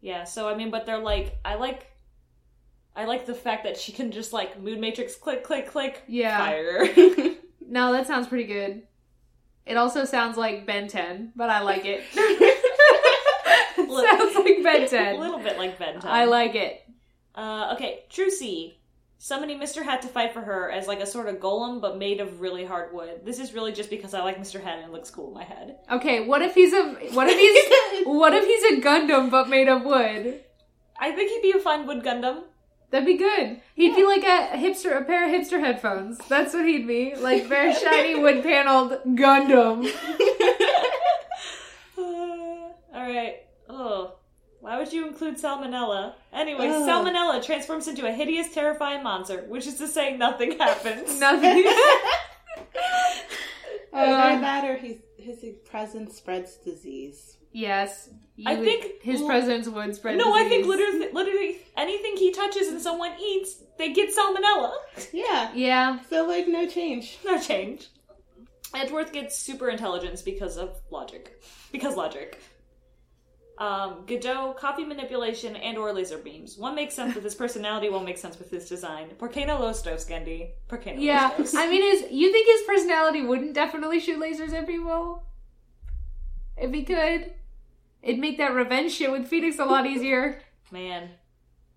S1: Yeah, so I mean, but they're like, I like. I like the fact that she can just like mood matrix click click click
S2: Yeah.
S1: fire.
S2: No, that sounds pretty good. It also sounds like Ben 10, but I like it. sounds like Ben 10.
S1: A little bit like Ben 10.
S2: I like it.
S1: Uh, okay, Trucy. Summoning Mr. Hat to fight for her as like a sort of golem, but made of really hard wood. This is really just because I like Mr. Hat and it looks cool in my head.
S2: Okay, what if he's a what if he's what if he's a Gundam but made of wood?
S1: I think he'd be a fine wood Gundam.
S2: That'd be good. He'd be like a hipster, a pair of hipster headphones. That's what he'd be. Like very shiny wood paneled Gundam.
S1: Uh, all right. Oh, why would you include salmonella? Anyway,
S3: Ugh.
S1: salmonella transforms into a hideous, terrifying monster, which is to say, nothing happens.
S2: Nothing.
S3: Either that or his, his presence spreads disease.
S2: yes. You
S1: I
S2: would-
S1: think-
S2: his
S1: well,
S2: presence would spread.
S1: No, I think
S2: disease.
S1: literally, literally anything he touches and someone eats, they get salmonella.
S3: Yeah.
S2: Yeah.
S3: So, like, no change.
S1: No change. Edgeworth gets super intelligence because of logic. Because logic. Um, Godot, copy manipulation, and or laser beams. One makes sense with his personality, one makes sense with his design. Por qué no los dos, Gendy? Por qué no
S2: Yeah.
S1: los dos?
S2: I mean, his. You think his personality wouldn't definitely shoot lasers at people? If he could, it'd make that revenge shit with Phoenix a lot easier.
S1: Man,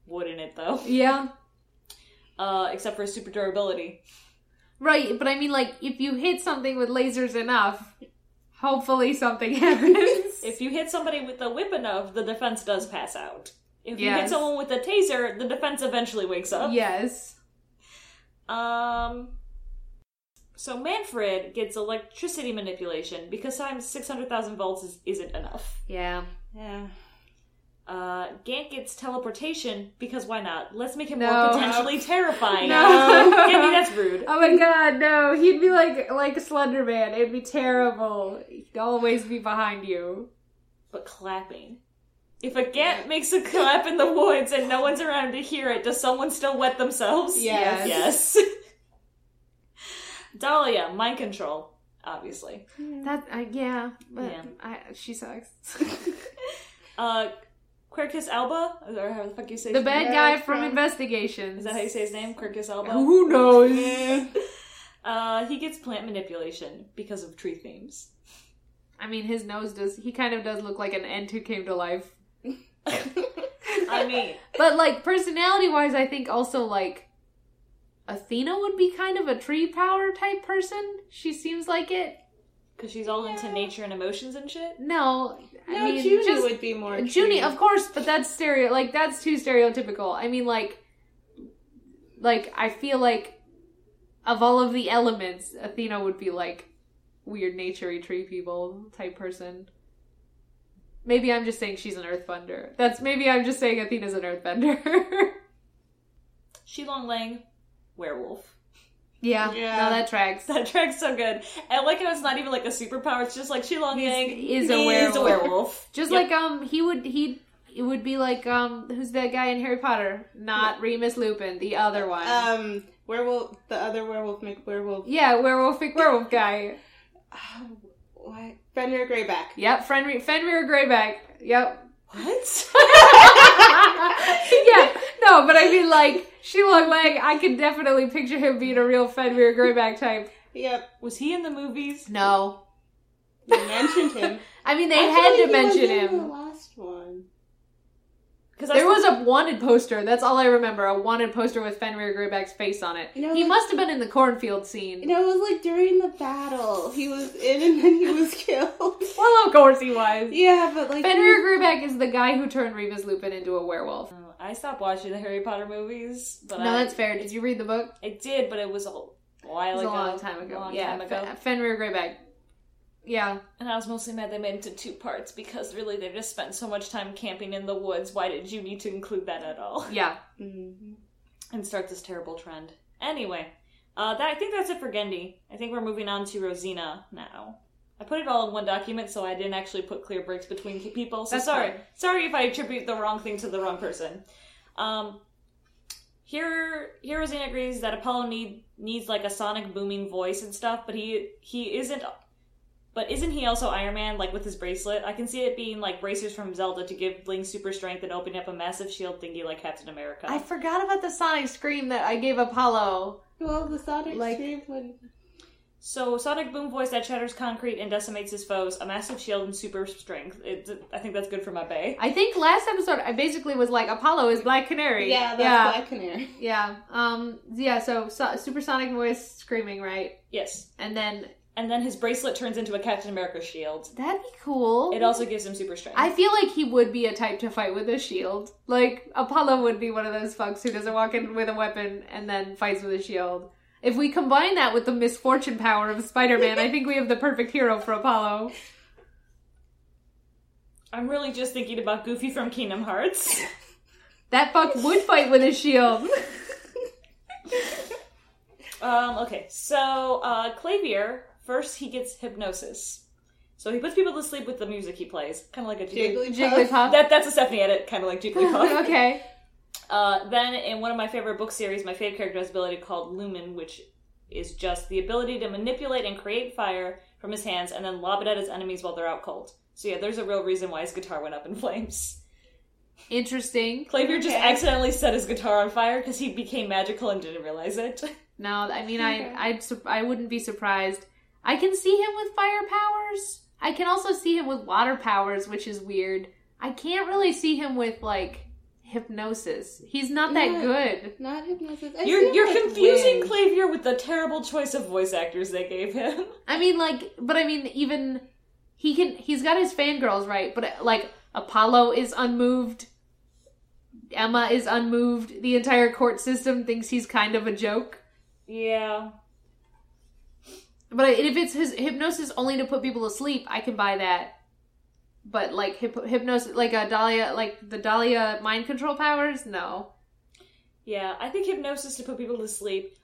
S1: wouldn't it though?
S2: Yeah.
S1: Uh, except for his super durability.
S2: Right, but I mean, like, if you hit something with lasers enough, hopefully something happens.
S1: If you hit somebody with a whip enough, the defense does pass out. If you hit
S2: Yes.
S1: someone with a taser, the defense eventually wakes up.
S2: yes.
S1: Um. So Manfred gets electricity manipulation because times six hundred thousand volts is, isn't enough.
S2: Yeah.
S3: Yeah.
S1: Uh, Gant gets teleportation because why not? Let's make him
S2: No.
S1: more potentially terrifying.
S2: No.
S1: Gandy, that's rude.
S2: Oh my god, no. He'd be like like Slender Man. It'd be terrible. He'd always be behind you.
S1: But clapping. If a Gant makes a clap in the woods and no one's around to hear it, does someone still wet themselves?
S3: Yes.
S1: Yes. Dahlia, mind control, obviously.
S2: That I yeah, but
S1: Yeah.
S2: I, she sucks.
S1: Uh, Quercus Alba, or how the fuck you say
S2: the
S1: his name?
S2: bad
S3: Yeah,
S2: guy
S3: it's
S2: from
S3: from-
S2: Investigations.
S1: Is that how you say his name? Quercus Alba?
S2: Who knows?
S1: Uh, he gets plant manipulation because of tree themes.
S2: I mean, his nose does. He kind of does look like an ant who came to life.
S1: I mean,
S2: But like personality wise, I think also like Athena would be kind of a tree power type person. She seems like it.
S1: because she's all into
S3: Yeah.
S1: nature and emotions and shit.
S2: No,
S3: No,
S2: I mean
S3: Junie
S2: just
S3: would be more.
S2: Junie,
S3: true.
S2: of course, but that's stereo. Like that's too stereotypical. I mean, like, like I feel like of all of the elements, Athena would be like weird, naturey tree people type person. Maybe I'm just saying she's an earthbender. That's maybe I'm just saying Athena's an earthbender.
S1: She Long Lang, werewolf.
S2: yeah,
S3: Yeah.
S2: no, that tracks.
S1: That track's so good. And like how it's not even like a superpower, it's just like she Long
S2: He's-
S1: Yang
S2: is a werewolf.
S1: werewolf.
S2: Just
S1: Yep.
S2: like um, he would he it would be like um, who's that guy in Harry Potter? Not Remus Lupin, the other one.
S3: Um, werewolf, the other werewolf, McWerewolf.
S2: yeah, werewolfic werewolf guy.
S3: Oh, what? Fenrir Greyback.
S2: Yep, Fenrir, Fenrir Greyback. Yep.
S1: What?
S2: yeah, no, but I mean, like, she long leg, I could definitely picture him being a real Fenrir Greyback type.
S3: Yep,
S1: Was he in the movies?
S2: No.
S3: you mentioned him.
S2: I mean, they
S3: I feel
S2: had
S3: like
S2: to
S3: he was
S2: mention
S3: in The
S2: him.
S3: last one.
S1: Because
S2: There was a wanted poster. That's all I remember. A wanted poster with Fenrir Greyback's face on it.
S3: You know,
S2: he
S3: like-
S2: must have been in the cornfield scene.
S3: No, it was like during the battle. He was in, and then he was killed.
S2: Well, of course he was.
S3: yeah, but like
S2: Fenrir Greyback is the guy who turned Remus Lupin into a werewolf.
S1: Oh, I stopped watching the Harry Potter movies, but
S2: No,
S1: I,
S2: that's fair. Did you read the book?
S1: I did, but it was a while
S2: It was a
S1: ago.
S2: uh, long time ago.
S1: Long
S2: yeah,
S1: time ago.
S2: Fen- Fenrir Greyback. Yeah.
S1: And I was mostly mad they made it into two parts because really they just spent so much time camping in the woods. Why did you need to include that at all?
S2: Yeah.
S3: Mhm.
S1: And start this terrible trend. Anyway, uh, that, I think that's it for Gendy. I think we're moving on to Rosina now. I put it all in one document, so I didn't actually put clear breaks between key people. So
S2: That's
S1: sorry,
S2: fine.
S1: sorry if I attribute the wrong thing to the wrong person. Um, here, here Rosina agrees that Apollo need needs like a sonic booming voice and stuff, but he he isn't. But isn't he also Iron Man, like with his bracelet? I can see it being like bracers from Zelda to give Link super strength and opening up a massive shield thingy like Captain America.
S2: I forgot about the sonic scream that I gave Apollo.
S3: Well, the Sonic
S2: Like-
S3: scream when
S1: So, sonic boom voice that shatters concrete and decimates his foes, a massive shield and super strength. It, I think that's good for my bay.
S2: I think last episode I basically was like Apollo is Black Canary.
S3: yeah, that's
S2: yeah,
S3: Black Canary.
S2: yeah. Um, yeah. So, so supersonic voice screaming, right?
S1: Yes.
S2: And then
S1: and then his bracelet turns into a Captain America shield.
S2: That'd be cool.
S1: It also gives him super strength.
S2: I feel like he would be a type to fight with a shield. Like Apollo would be one of those fucks who doesn't walk in with a weapon and then fights with a shield. If we combine that with the misfortune power of Spider-Man, I think we have the perfect hero for Apollo.
S1: I'm really just thinking about Goofy from Kingdom Hearts.
S2: That fuck would fight with a shield.
S1: Um, okay, so uh, Clavier first he gets hypnosis, so he puts people to sleep with the music he plays, kind of like a Jiggly.
S3: Jigglypuff.
S2: Jigglypuff.
S1: That that's a Stephanie edit, kind of like Jigglypuff.
S2: okay.
S1: Uh, then in one of my favorite book series, my favorite character has an ability called Lumen, which is just the ability to manipulate and create fire from his hands and then lob it at his enemies while they're out cold. So yeah, there's a real reason why his guitar went up in flames.
S2: Interesting.
S1: Clavier just
S3: Okay.
S1: accidentally set his guitar on fire because he became magical and didn't realize it.
S2: No, I mean,
S3: Okay.
S2: I, I'd, sur- I wouldn't be surprised. I can see him with fire powers. I can also see him with water powers, which is weird. I can't really see him with like hypnosis. He's not that
S3: Yeah.
S2: good.
S3: Not hypnosis. I
S1: You're
S3: feel
S1: you're
S3: like
S1: confusing
S3: wind.
S1: Clavier with the terrible choice of voice actors they gave him.
S2: I mean, like, but I mean, even he can. He's got his fangirls right, but like Apollo is unmoved. Emma is unmoved. The entire court system thinks he's kind of a joke.
S1: Yeah.
S2: But if it's his hypnosis only to put people to sleep, I can buy that. But like hyp- hypnosis, like a Dahlia, like the Dahlia mind control powers, no.
S1: Yeah, I think hypnosis to put people to sleep.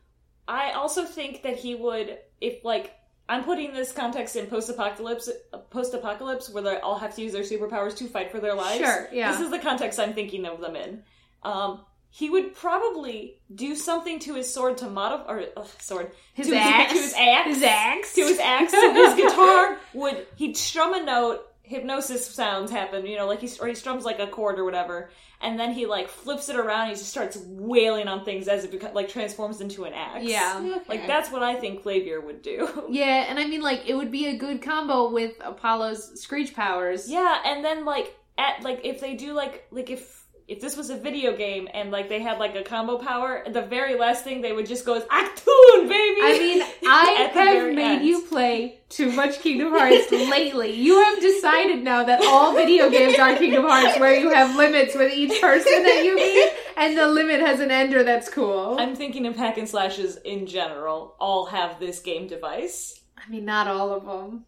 S1: I also think that he would if like I'm putting this context in post-apocalypse post-apocalypse where they all have to use their superpowers to fight for their lives.
S2: Sure, yeah.
S1: This is the context I'm thinking of them in. Um he would probably do something to his sword to modify or ugh, sword
S2: His
S1: to
S2: axe,
S1: His, to his axe
S2: his axe,
S1: to his axe so his guitar would he'd strum a note hypnosis sounds happen you know like he or he strums like a chord or whatever and then he like flips it around and he just starts wailing on things as it becomes like transforms into an axe
S2: Yeah,
S3: Okay.
S1: like that's what i think clavier would do
S2: yeah, and I mean, like it would be a good combo with Apollo's screech powers.
S1: yeah and then like at like if they do like like if if this was a video game and like they had like a combo power the very last thing they would just go is actoon baby
S2: I mean, I
S1: At the
S2: have
S1: very
S2: made
S1: end.
S2: you play too much Kingdom Hearts lately. You have decided now that all video games are Kingdom Hearts, where you have limits with each person that you meet, and the limit has an ender. That's cool.
S1: i'm thinking of hack and slashes in general all have this game device
S2: I mean, not all of them.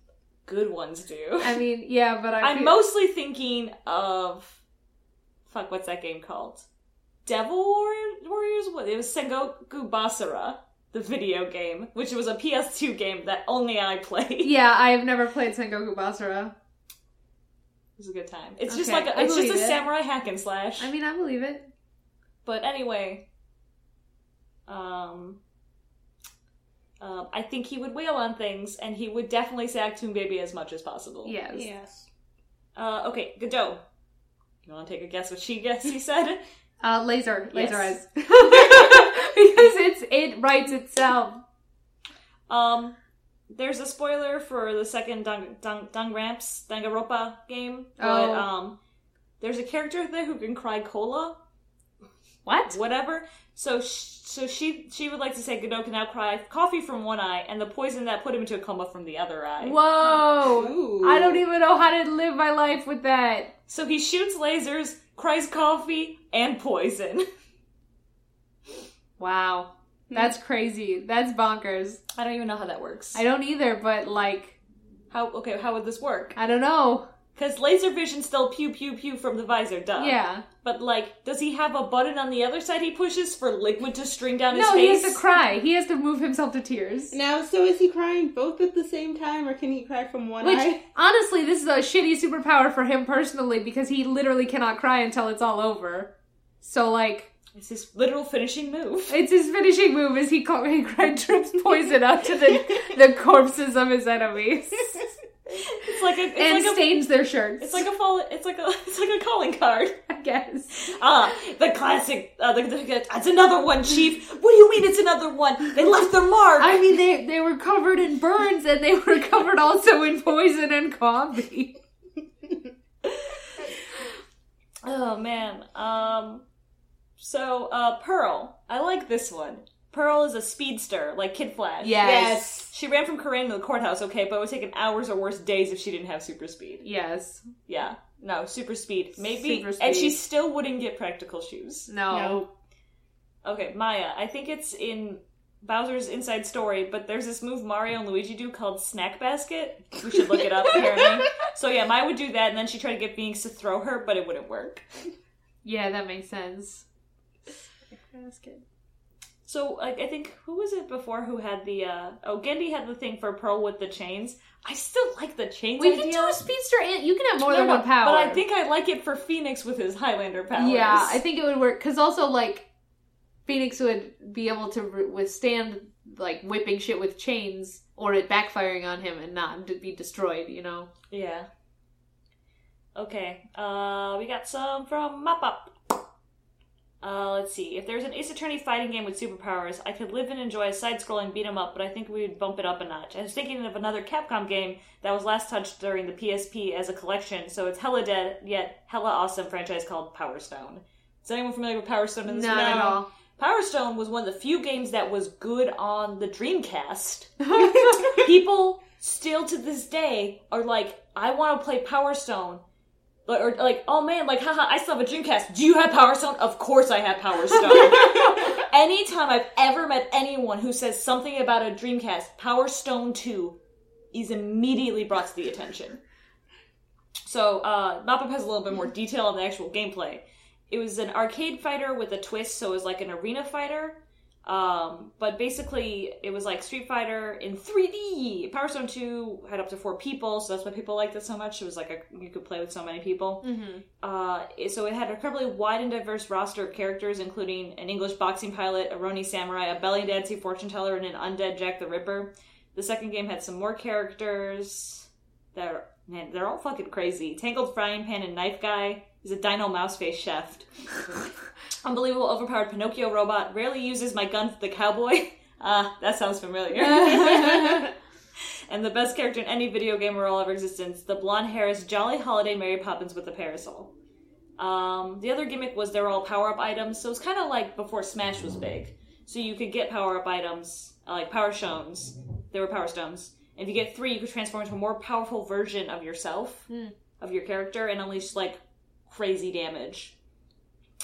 S1: good ones do
S2: I mean, yeah, but I
S1: I'm mostly thinking of fuck. What's that game called? Devil Warrior- Warriors. What it was Sengoku Basara, the video game, which was a PS2 game that only I played.
S2: yeah, I have never played Sengoku Basara.
S1: It was a good time. It's just
S2: Okay,
S1: like a,
S2: I
S1: it's just a
S2: believe it.
S1: samurai hack and slash.
S2: I mean, I believe it.
S1: but anyway, um. um, I think he would wail on things, and he would definitely sag Toon Baby as much as possible.
S2: Yes.
S3: Yes.
S1: Uh, okay, Godot. You want to take a guess what she guessed? He said.
S2: Uh, laser, laser
S1: Yes.
S2: eyes, because it's it writes itself.
S1: Um, there's a spoiler for the second Dung Dung Dung Ramps Danganronpa game, but
S2: Oh.
S1: um, there's a character there who can cry cola,
S2: What?
S1: whatever. So sh- so she she would like to say Godot can now cry coffee from one eye and the poison that put him into a coma from the other eye.
S2: Whoa!
S3: Ooh.
S2: Oh, I don't e- even know how to live my life with that.
S1: So he shoots lasers, cries coffee, and poison.
S2: Wow.
S1: Hmm.
S2: That's crazy. That's bonkers.
S1: I don't even know how that works.
S2: I don't either, but like,
S1: how okay? How would this work?
S2: I don't know.
S1: Because laser vision still pew pew pew from the visor, duh.
S2: yeah.
S1: But like, does he have a button on the other side he pushes for liquid to stream down his
S2: No,
S1: face?
S2: he has to cry. He has to move himself to tears.
S3: Now, so is he crying both at the same time, or can he cry from one
S2: Which,
S3: eye?
S2: honestly, this is a shitty superpower for him personally because he literally cannot cry until it's all over. So, like,
S1: It's his literal finishing move.
S2: it's his finishing move is he, call, he cry, drips poison up to the, the corpses of his enemies
S1: It's like a it's
S2: and
S1: like a
S2: stains their shirts.
S1: it's like a fall it's like a it's like a calling card.
S2: I guess.
S1: Ah, the classic. Uh, the, the, it's another one, Chief. What do you mean it's another one? They left their mark.
S2: I mean, they, they were covered in burns and they were covered also in poison and coffee.
S1: oh man. Um. So, uh, Pearl. I like this one. Pearl is a speedster, like Kid Flash.
S2: Yes.
S1: She ran from Corinne to the courthouse, okay, but it would take an hours or worse days if she didn't have super speed.
S2: Yes.
S1: Yeah. No, super speed. Maybe.
S2: Super
S1: And she
S2: speed.
S1: still wouldn't get practical shoes.
S2: No.
S3: No.
S1: Okay, Maya, I think it's in Bowser's Inside Story, but there's this move Mario and Luigi do called Snack Basket. We should look it up, apparently. So yeah, Maya would do that, and then she tried to get Phoenix to throw her, but it wouldn't work.
S2: Yeah, that makes sense. Basket.
S1: So like, I think who was it before who had the uh oh Gendy had the thing for Pearl with the chains. I still like the chains
S2: We
S1: idea.
S2: can do a speedster and you can have more
S1: No,
S2: than
S1: no,
S2: one power.
S1: But I think I like it for Phoenix with his Highlander powers.
S2: Yeah, I think it would work because also like Phoenix would be able to re- withstand like whipping shit with chains or it backfiring on him and not d- be destroyed. You know.
S1: Yeah. Okay. Uh, we got some from Mop Up. Uh, let's see. If there's an Ace Attorney fighting game with superpowers, I could live and enjoy a side-scrolling beat 'em up, but I think we would bump it up a notch. I was thinking of another Capcom game that was last touched during the PSP as a collection, so it's hella dead yet hella awesome franchise called Power Stone. Is anyone familiar with Power Stone in
S2: Not
S1: this
S2: at all.
S1: Power Stone was one of the few games that was good on the Dreamcast. People still to this day are like, I want to play Power Stone. Or, or like, oh man, like, haha, I still have a Dreamcast. Do you have Power Stone? Of course I have Power Stone. Anytime I've ever met anyone who says something about a Dreamcast, Power Stone 2 is immediately brought to the attention. So, uh, Mappa has a little bit more detail on the actual gameplay it was an arcade fighter with a twist, so it was like an arena fighter. Um, but basically, it was like Street Fighter in 3D. Power Stone 2 had up to four people, so that's why people liked it so much. It was like a, you could play with so many people.
S2: Mhm.
S1: Uh, it- so it had an incredibly wide and diverse roster of characters, including an English boxing pilot, a Roni samurai, a belly dancing fortune teller, and an undead Jack the Ripper. The second game had some more characters. They're man, they're all fucking crazy. Tangled frying pan and knife guy. He's a dino mouse face chef. Unbelievable overpowered Pinocchio robot. Rarely uses my gun for the cowboy. Ah, that sounds familiar. and the best character in any video game or all of existence, the blonde hairs Jolly Holiday Mary Poppins with a parasol. Um, the other gimmick was they're all power up items, so it's kind of like before Smash was big. So you could get power up items, uh, like power stones. They were power stones. If you get three, you could transform into a more powerful version of yourself,
S2: Hmm.
S1: of your character, and unleash like crazy damage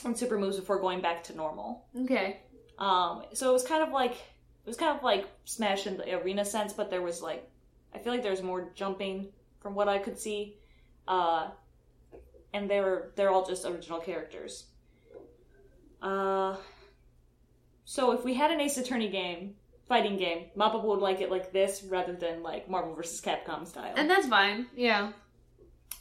S1: and super moves before going back to normal.
S2: okay.
S1: Um, so it was kind of like it was kind of like Smash in the arena sense, but there was like I feel like there was more jumping from what I could see, uh, and they were they're all just original characters. Uh, so if we had an Ace Attorney game, fighting game, Mappa would like it like this rather than like Marvel vs. Capcom style.
S2: And that's fine. Yeah,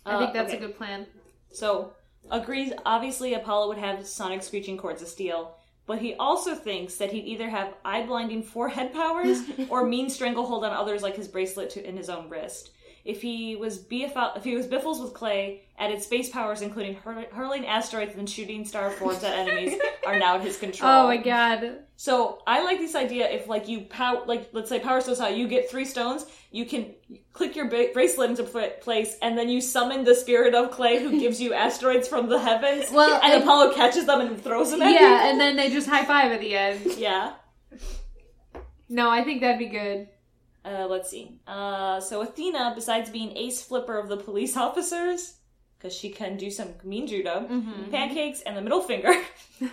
S2: I
S1: Uh,
S2: think that's
S1: okay.
S2: a good plan.
S1: So, agrees obviously Apollo would have sonic screeching cords of steel, but he also thinks that he'd either have eye blinding forehead powers or mean stranglehold on others like his bracelet to, in his own wrist. If he was BFL, if he was Biffles with Clay, added space powers including hur- hurling asteroids and shooting star forms at enemies are now at his control.
S2: Oh my god.
S1: So I like this idea. If like you pow, like let's say Power Stone's how you get three stones, you can click your ba- bracelet into pl- place, and then you summon the spirit of clay who gives you asteroids from the heavens.
S2: Well,
S1: and,
S2: and-
S1: Apollo catches them and throws them at
S2: Yeah, and then they just high five at the end.
S1: you. Yeah.
S2: No, I think that'd be good.
S1: Uh, let's see. Uh, so Athena, besides being ace flipper of the police officers, because she can do some mean judo,
S2: Mhm.
S1: pancakes, and the middle finger,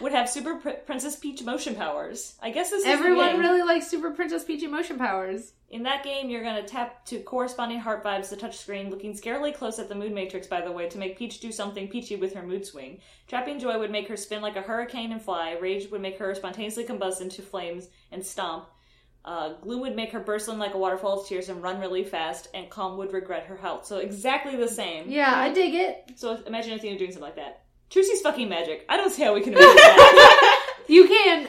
S1: would have Super Pr- Princess Peach motion powers. I guess this is the
S2: Everyone
S1: game.
S2: really likes Super Princess Peach emotion powers.
S1: In that game, you're going to tap to corresponding heart vibes, the touchscreen, looking scarily close at the mood matrix, by the way, to make Peach do something peachy with her mood swing. Trapping Joy would make her spin like a hurricane and fly. Rage would make her spontaneously combust into flames and stomp. Uh, gloom would make her burst in like a waterfall of tears and run really fast. And Calm would regret her health. So exactly the same.
S2: Yeah, I dig it.
S1: So imagine Athena doing something like that. Trucy's fucking magic. I don't see how we can imagine that.
S2: You can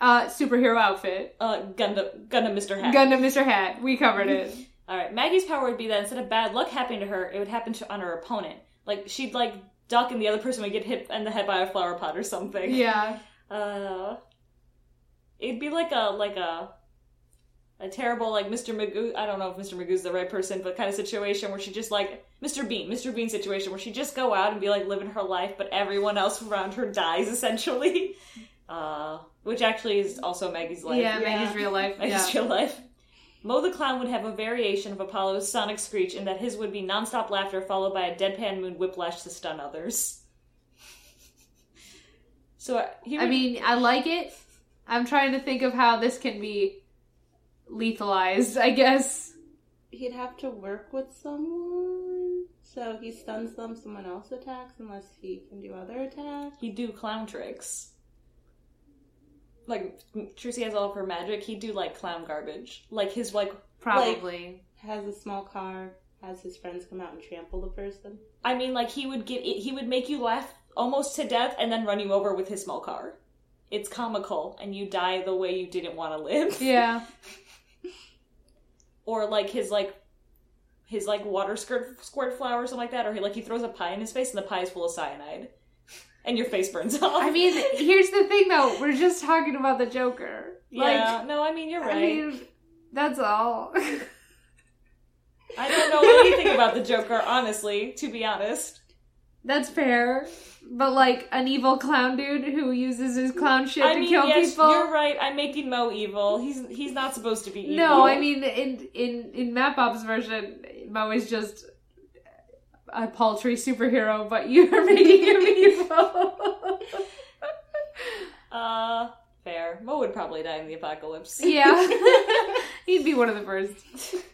S2: uh superhero outfit.
S1: Uh, Gundam, Gundam Mr. Hat.
S2: Gundam Mr. Hat. We covered it.
S1: All right, Maggie's power would be that instead of bad luck happening to her, it would happen to on her opponent. Like she'd like duck, and the other person would get hit in the head by a flower pot or something.
S2: Yeah.
S1: Uh, it'd be like a like a a terrible like Mr. Magoo. I don't know if Mr. Magoo's the right person, but kind of situation where she just like Mr. Bean, Mr. Bean situation where she just go out and be like living her life, but everyone else around her dies essentially. Uh, which actually is also Maggie's life.
S2: yeah,
S3: Yeah.
S2: Maggie's real life. Yeah.
S1: Maggie's real life. Mo the Clown would have a variation of Apollo's sonic screech in that his would be nonstop laughter followed by a deadpan moon whiplash to stun others. So uh, he would,
S2: I mean, I like it. I'm trying to think of how this can be lethalized, I guess.
S3: He'd have to work with someone. So he stuns them, someone else attacks, unless he can do other attacks.
S1: he'd do clown tricks. Like Trixie has all of her magic, he'd do like clown garbage. Like his like
S2: Probably.
S3: Has a small car, has his friends come out and trample the person.
S1: I mean, like he would get he would make you laugh almost to death and then run you over with his small car. It's comical, and you die the way you didn't want to live.
S2: yeah.
S1: Or like his like his like water squirt squirt flower or something like that. Or he like he throws a pie in his face and the pie is full of cyanide, and your face burns off.
S2: I mean, here's the thing though. We're just talking about the Joker.
S1: yeah.
S2: Like,
S1: no, I mean you're right.
S2: I
S1: I,
S2: mean, that's all.
S1: don't know anything about the Joker, honestly. To be honest,
S2: that's fair. But like an evil clown dude who uses his clown shit
S1: I
S2: to
S1: mean
S2: kill
S1: yes,
S2: people.
S1: you're right. I'm making Mo evil. He's he's not supposed to be evil.
S2: No, I mean in in in Mapbob's version, Mo is just a paltry superhero, but you are making him evil.
S1: uh, fair. Mo would probably die in the apocalypse.
S2: yeah, he'd be one of the first.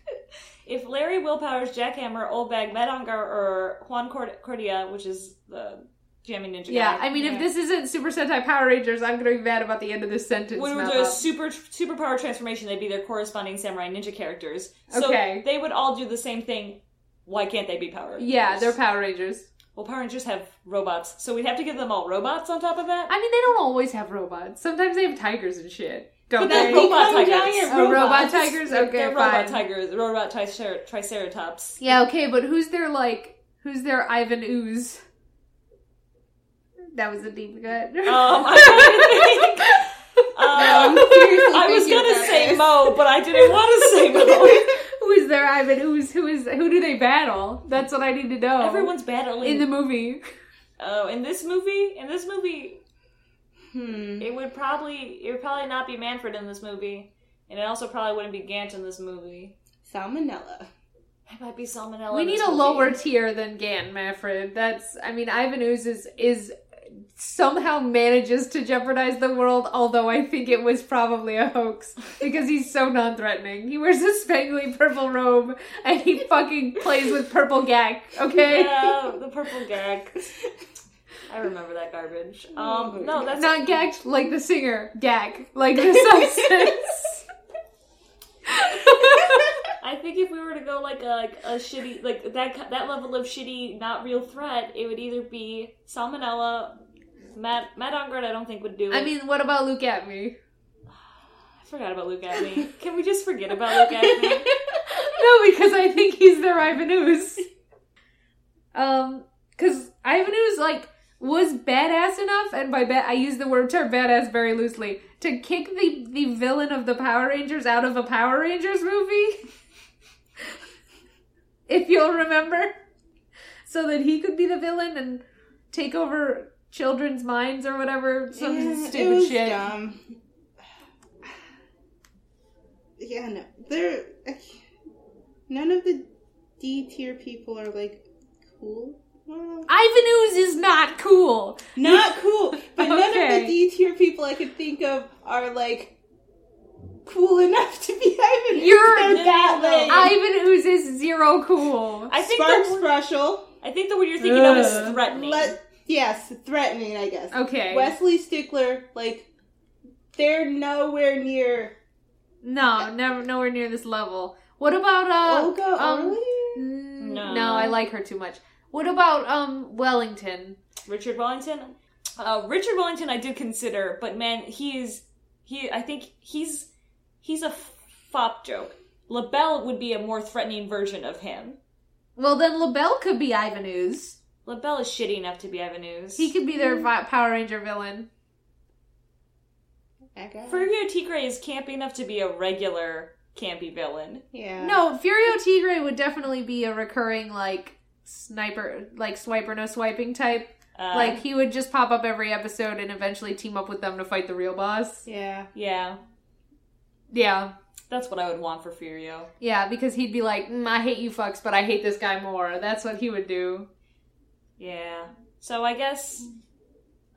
S1: If Larry Willpower's jackhammer, old bag, Medongar, or Juan Cord- Cordia, which is the jamming ninja
S2: Yeah,
S1: guy,
S2: I mean,
S3: Yeah.
S2: if this isn't Super Sentai Power Rangers, I'm gonna be mad about the end of this sentence.
S1: would
S2: Mapbob.
S1: do a super superpower transformation. They'd be their corresponding samurai ninja characters. So
S2: Okay.
S1: they would all do the same thing. Why can't they be Power Rangers?
S2: yeah, they're Power Rangers.
S1: well, Power Rangers have robots, so we'd have to give them all robots on top of that.
S2: I mean, they don't always have robots. Sometimes they have tigers and shit. Don't
S1: But that's
S2: they?
S1: robot
S3: Become
S1: tigers.
S3: giant
S2: Oh, robot
S3: robots.
S2: tigers?
S1: They're-
S2: Okay,
S1: they're
S2: fine.
S1: robot tigers, robot tricer- triceratops.
S2: Yeah, okay, but who's their like who's their Ivan Ooze? That was a deep cut.
S1: Um, I'm trying to think. Um,
S3: I'm seriously
S1: I was
S3: thinking
S1: gonna
S3: about
S1: say
S3: this.
S1: Mo, but I didn't want to say Mo.
S2: who is their Ivan Ooze? Who is who do they battle? That's what I need to know.
S1: Everyone's battling
S2: in the movie.
S1: Oh, in this movie, in this movie,
S3: Hmm.
S1: it would probably it would probably not be Manfred in this movie, and it also probably wouldn't be Gant in this movie.
S3: Salmonella.
S1: It might be Salmonella.
S2: We
S1: in
S2: need
S1: this
S2: a
S1: movie.
S2: lower tier than Gan Manfred. That's I mean Ivan Ooze is is somehow manages to jeopardize the world, although I think it was probably a hoax because he's so non-threatening. He wears a spangly purple robe and he fucking plays with purple gag, okay?
S1: Yeah, the purple gag. I remember that garbage. Um, no, that's
S2: Not gag like the singer, gag like the substance.
S1: I think if we were to go like a like a shitty like that ki- that level of shitty not real threat, it would either be Salmonella. Matt Matt Ongard, I don't think would do it.
S2: I mean, what about Luke at me?
S1: I forgot about Luke Abney. Can we just forget about Luke Abney?
S2: no, because I think he's their Ivanus. Um, because Ivanus like was badass enough, and by bad I use the word term badass very loosely, to kick the the villain of the Power Rangers out of a Power Rangers movie. if you'll remember, so that he could be the villain and take over children's minds or whatever some
S3: Yeah, it
S2: stupid
S3: was
S2: shit.
S3: dumb. Yeah, no, they're I can't- none of the D tier people are like cool. Well,
S2: Ivanus is not cool.
S3: not cool, but none of
S2: Okay.
S3: the D tier people I could think of are like cool enough to be Ivan.
S2: You're-
S3: they're that
S1: No, no, no.
S3: lame.
S2: Ivan oozes zero cool.
S1: I think
S3: Sparks
S1: the word,
S3: Brushel.
S1: I think the word you're thinking of is
S2: Ugh.
S1: threatening.
S3: Let yes, threatening. I guess.
S2: Okay.
S3: Wesley Stickler, like they're nowhere near
S2: no, never, nowhere near this level. What about uh?
S3: Olga
S2: um,
S3: Orley?
S2: n-
S1: No.
S2: no. I like her too much. What about um Wellington?
S1: Richard Wellington. Uh, Richard Wellington, I did consider, but man, he is he. I think he's he's a fop joke. Labelle would be a more threatening version of him.
S2: Well, then Labelle could be Ivan Ooze.
S1: Labelle is shitty enough to be Avenues.
S2: He could be
S3: Mm.
S2: their vi- Power Ranger villain.
S3: I guess.
S1: Furio Tigre is campy enough to be a regular campy villain.
S3: yeah.
S2: No, Furio Tigre would definitely be a recurring like sniper, like swiper no swiping type.
S1: Uh,
S2: like he would just pop up every episode and eventually team up with them to fight the real boss.
S3: Yeah.
S1: yeah,
S2: Yeah.
S1: that's what I would want for Furio.
S2: Yeah, because he'd be like, mm, I hate you fucks, but I hate this guy more. That's what he would do.
S1: Yeah. So I guess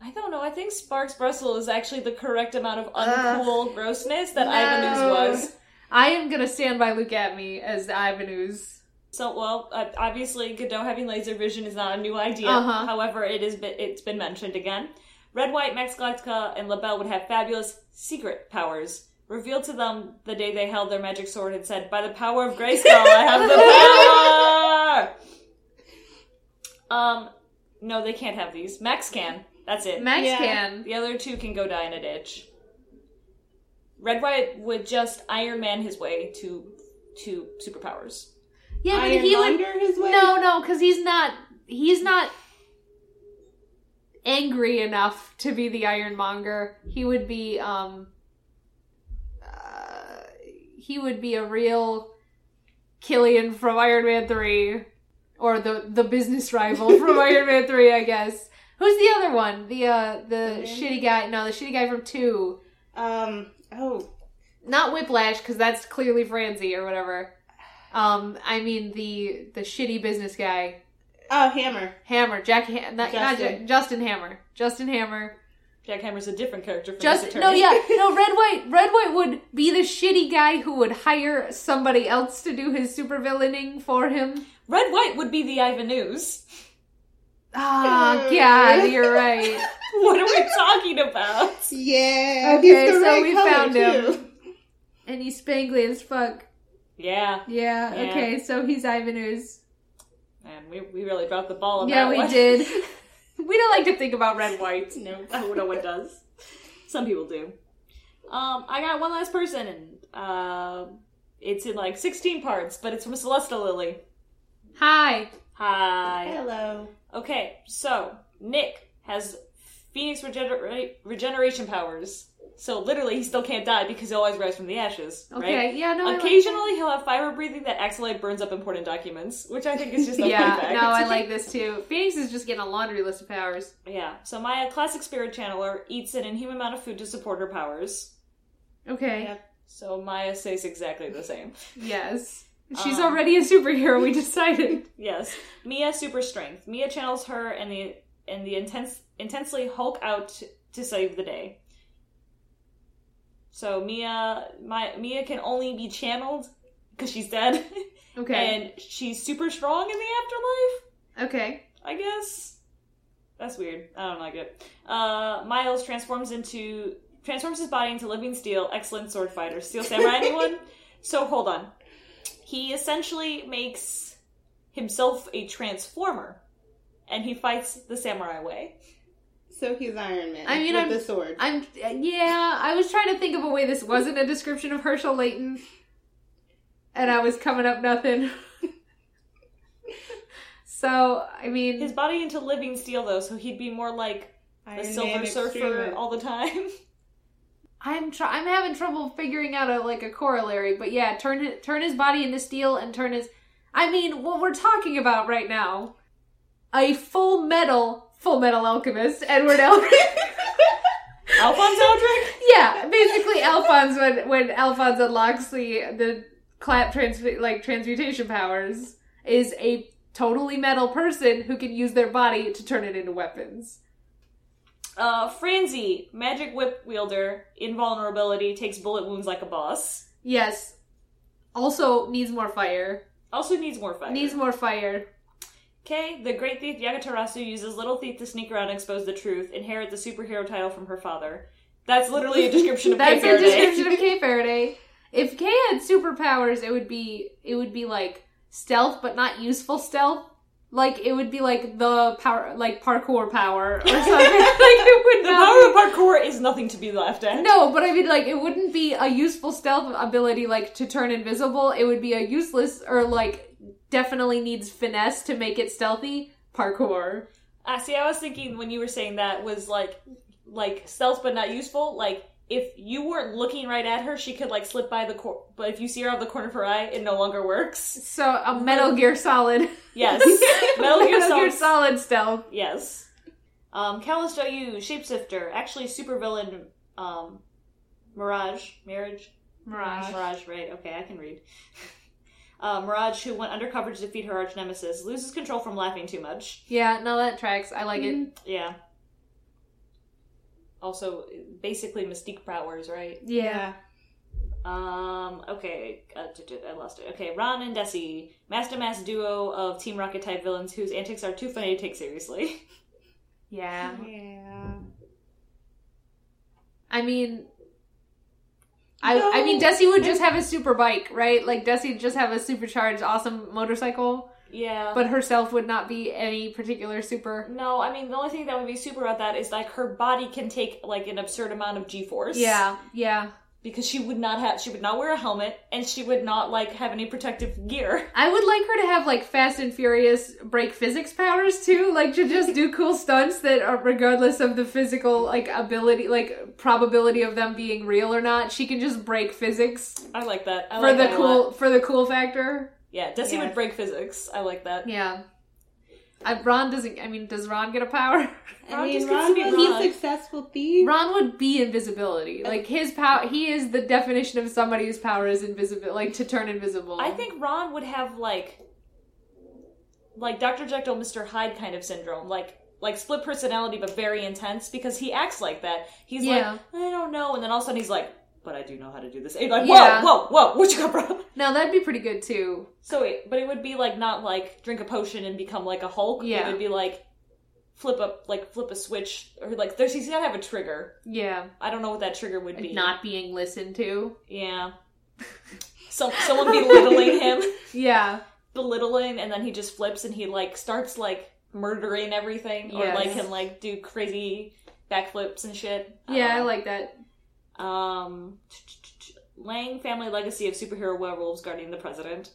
S1: I don't know. I think Sparks Brussels is actually the correct amount of uncool grossness that
S2: No.
S1: Ivanus was.
S2: I am gonna stand by Look at me as Ivanus.
S1: So well, uh, obviously Godot having laser vision is not a new idea.
S2: Uh-huh.
S1: However, it is be- it's been mentioned again. Red, White, Max Galactica, and Labelle would have fabulous secret powers revealed to them the day they held their magic sword and said, "By the power of Grayskull, I have the power." um, no, they can't have these. Max can. That's it.
S2: Max
S3: Yeah.
S2: can.
S1: The other two can go die in a ditch. Red White would just Iron Man his way to to superpowers.
S2: Yeah, but
S3: Iron
S2: he would
S3: Monger his way.
S2: No, no, because he's not. He's not angry enough to be the Ironmonger. He would be. um uh, He would be a real Killian from Iron Man Three, or the the business rival from Iron Man Three, I guess. Who's the other one? The uh the
S3: man?
S2: shitty guy? No, the shitty guy from Two.
S3: Um. Oh.
S2: Not Whiplash, because that's clearly Franzi or whatever. Um, I mean the the shitty business guy.
S3: Oh, Hammer.
S2: Hammer, Jack, ha- not, Justin. Not
S3: Justin.
S2: Jack, Justin Hammer, Justin Hammer,
S1: Jack Hammer's a different character from this
S2: Justin. No,
S1: attorney.
S2: yeah, no. Red White, Red White would be the shitty guy who would hire somebody else to do his supervillaining for him.
S1: Red White would be the Ivanus.
S2: Ah, God, you're right.
S1: What are we talking about?
S3: Yeah.
S2: Okay,
S3: he's the
S2: so
S3: right
S2: we
S3: color,
S2: found him.
S3: too.
S2: And he's spangly as fuck.
S1: Yeah,
S2: Yeah.
S1: Yeah.
S2: Okay, so he's Ivanus.
S1: man, we, we really dropped the ball on
S2: Yeah,
S1: that
S2: we
S1: one.
S2: did. we don't like to think about Red White.
S1: No, no one does. Some people do. Um, I got one last person, and uh, it's in like 16 parts, but it's from Celesta Lily.
S2: Hi.
S1: Hi.
S3: Hello.
S1: Okay, so Nick has Phoenix regenerate regeneration powers. So literally, he still can't die because he always rises from the ashes.
S2: Okay.
S1: Right?
S2: Yeah. No. I like
S1: Occasionally, he'll have fire breathing that accidentally burns up important documents, which I think is just
S2: that.
S1: a fun
S2: yeah.
S1: fact.
S2: No, I like this too. Phoenix is just getting a laundry list of powers.
S1: Yeah. So Maya, classic spirit channeler, eats an inhuman amount of food to support her powers.
S2: Okay.
S3: Yeah.
S1: So Maya stays exactly the same.
S2: Yes. She's
S1: Um,
S2: already a superhero, we decided.
S1: Yes. Mia super strength. Mia channels her and the and the intense intensely Hulk out t- to save the day. So Mia my Mia can only be channeled because she's dead
S2: Okay.
S1: and she's super strong in the afterlife,
S2: okay.
S1: I guess. That's weird. I don't like it. Uh, Miles transforms into transforms his body into living steel, excellent sword fighter. Steel samurai anyone? So hold on. He essentially makes himself a transformer and he fights the samurai way.
S3: So he's Iron Man.
S2: I mean,
S3: with
S2: I'm-
S3: the sword.
S2: I'm yeah, I was trying to think of a way this wasn't a description of Herschel Layton. And I was coming up nothing. so, I mean,
S1: His body into living steel though, so he'd be more like the
S3: Iron
S1: silver
S3: Man
S1: surfer
S3: Extreme.
S1: all the time.
S2: I'm try- I'm having trouble figuring out a like a corollary, but yeah, turn hi- turn his body into steel and turn his I mean, what we're talking about right now, a full metal full metal alchemist, Edward Elric.
S1: Alphonse Eldrick?
S2: yeah, basically Alphonse when when Alphonse unlocks the the clap trans like transmutation powers is a totally metal person who can use their body to turn it into weapons.
S1: Uh, Franzi, magic whip wielder, invulnerability, takes bullet wounds like a boss.
S2: Yes. Also needs more fire.
S1: Also needs more fire.
S2: Needs more fire.
S1: Okay, the great thief Yagatarasu uses Little Thief to sneak around and expose the truth, inherit the superhero title from her father. That's literally a description of
S2: That's
S1: Kay
S2: a
S1: Faraday.
S2: description of Kay Faraday. If Kay had superpowers, it would be it would be like stealth, but not useful stealth. Like it would be like the power, like parkour power or something. like it would
S1: The
S2: not.
S1: power of parkour is nothing to be laughed at.
S2: be- no, but I mean, like it wouldn't be a useful stealth ability, like to turn invisible. It would be a useless or like definitely needs finesse to make it stealthy parkour.
S1: Ah, see, I was thinking when you were saying that was like, like stealth but not useful. Like if you weren't looking right at her, she could like slip by the cor. But if you see her out of the corner of her eye, it no longer works.
S2: So a Metal Gear Solid,
S1: Yes, Metal Gear Solid.
S2: Solid stealth.
S1: Yes. Um, Callisto U, Shapeshifter, actually supervillain um, Mirage, Marriage?
S2: Mirage.
S1: Mirage, right, okay, I can read. uh, Mirage, who went undercover to defeat her arch nemesis, loses control from laughing too much.
S2: Yeah, no, that tracks. I like
S3: Mm,
S2: it.
S1: Yeah. Also, basically Mystique powers, right?
S3: Yeah.
S1: Um, okay, uh, d- d- I lost it. Okay, Ron and Desi, master mass duo of Team Rocket type villains whose antics are too funny to take seriously.
S2: Yeah.
S3: Yeah.
S2: I mean, I,
S3: No.
S2: I mean, Desi would just have a super bike, right? Like, Desi would just have a supercharged, awesome motorcycle,
S1: yeah.
S2: but herself would not be any particular super.
S1: No, I mean the only thing that would be super about that is like her body can take like an absurd amount of G-force.
S2: Yeah, yeah.
S1: Because she would not have, she would not wear a helmet, and she would not like have any protective gear.
S2: I would like her to have like Fast and Furious break physics powers too, like to just do cool stunts that are regardless of the physical like ability, like probability of them being real or not. She can just break physics
S1: I like that. I
S2: for
S1: like
S2: the
S1: that a lot.
S2: cool for the cool factor.
S1: Yeah, Desi
S3: Yeah.
S1: would break physics. I like that.
S2: Yeah. I, Ron doesn't. I mean, does Ron get a power?
S3: I
S1: Ron
S3: mean,
S1: just
S3: Ron
S1: gets to be
S3: was a
S1: Ron.
S3: successful thief.
S2: Ron would be invisibility. Like his power, he is the definition of somebody whose power is invisible, like to turn invisible.
S1: I think Ron would have like, like Doctor Jekyll, Mister Hyde kind of syndrome, like like split personality but very intense because he acts like that. He's
S2: Yeah.
S1: like, I don't know, and then all of a sudden he's like, but I do know how to do this. And you're like,
S2: Yeah.
S1: whoa, whoa, whoa, what you got, bro?
S2: now that'd be pretty good too.
S1: So, it, but it would be like not like drink a potion and become like a Hulk.
S2: Yeah.
S1: It would be like flip a like flip a switch or like there's he's gotta have a trigger.
S2: Yeah,
S1: I don't know what that trigger would be.
S2: not being listened to.
S1: Yeah. Some someone belittling him,
S2: Yeah.
S1: belittling, and then he just flips and he like starts like murdering everything or
S2: Yes.
S1: like can like do crazy backflips and shit.
S2: Yeah, I
S1: Um,
S2: like that.
S1: um. Lang family legacy of superhero werewolves guarding the president.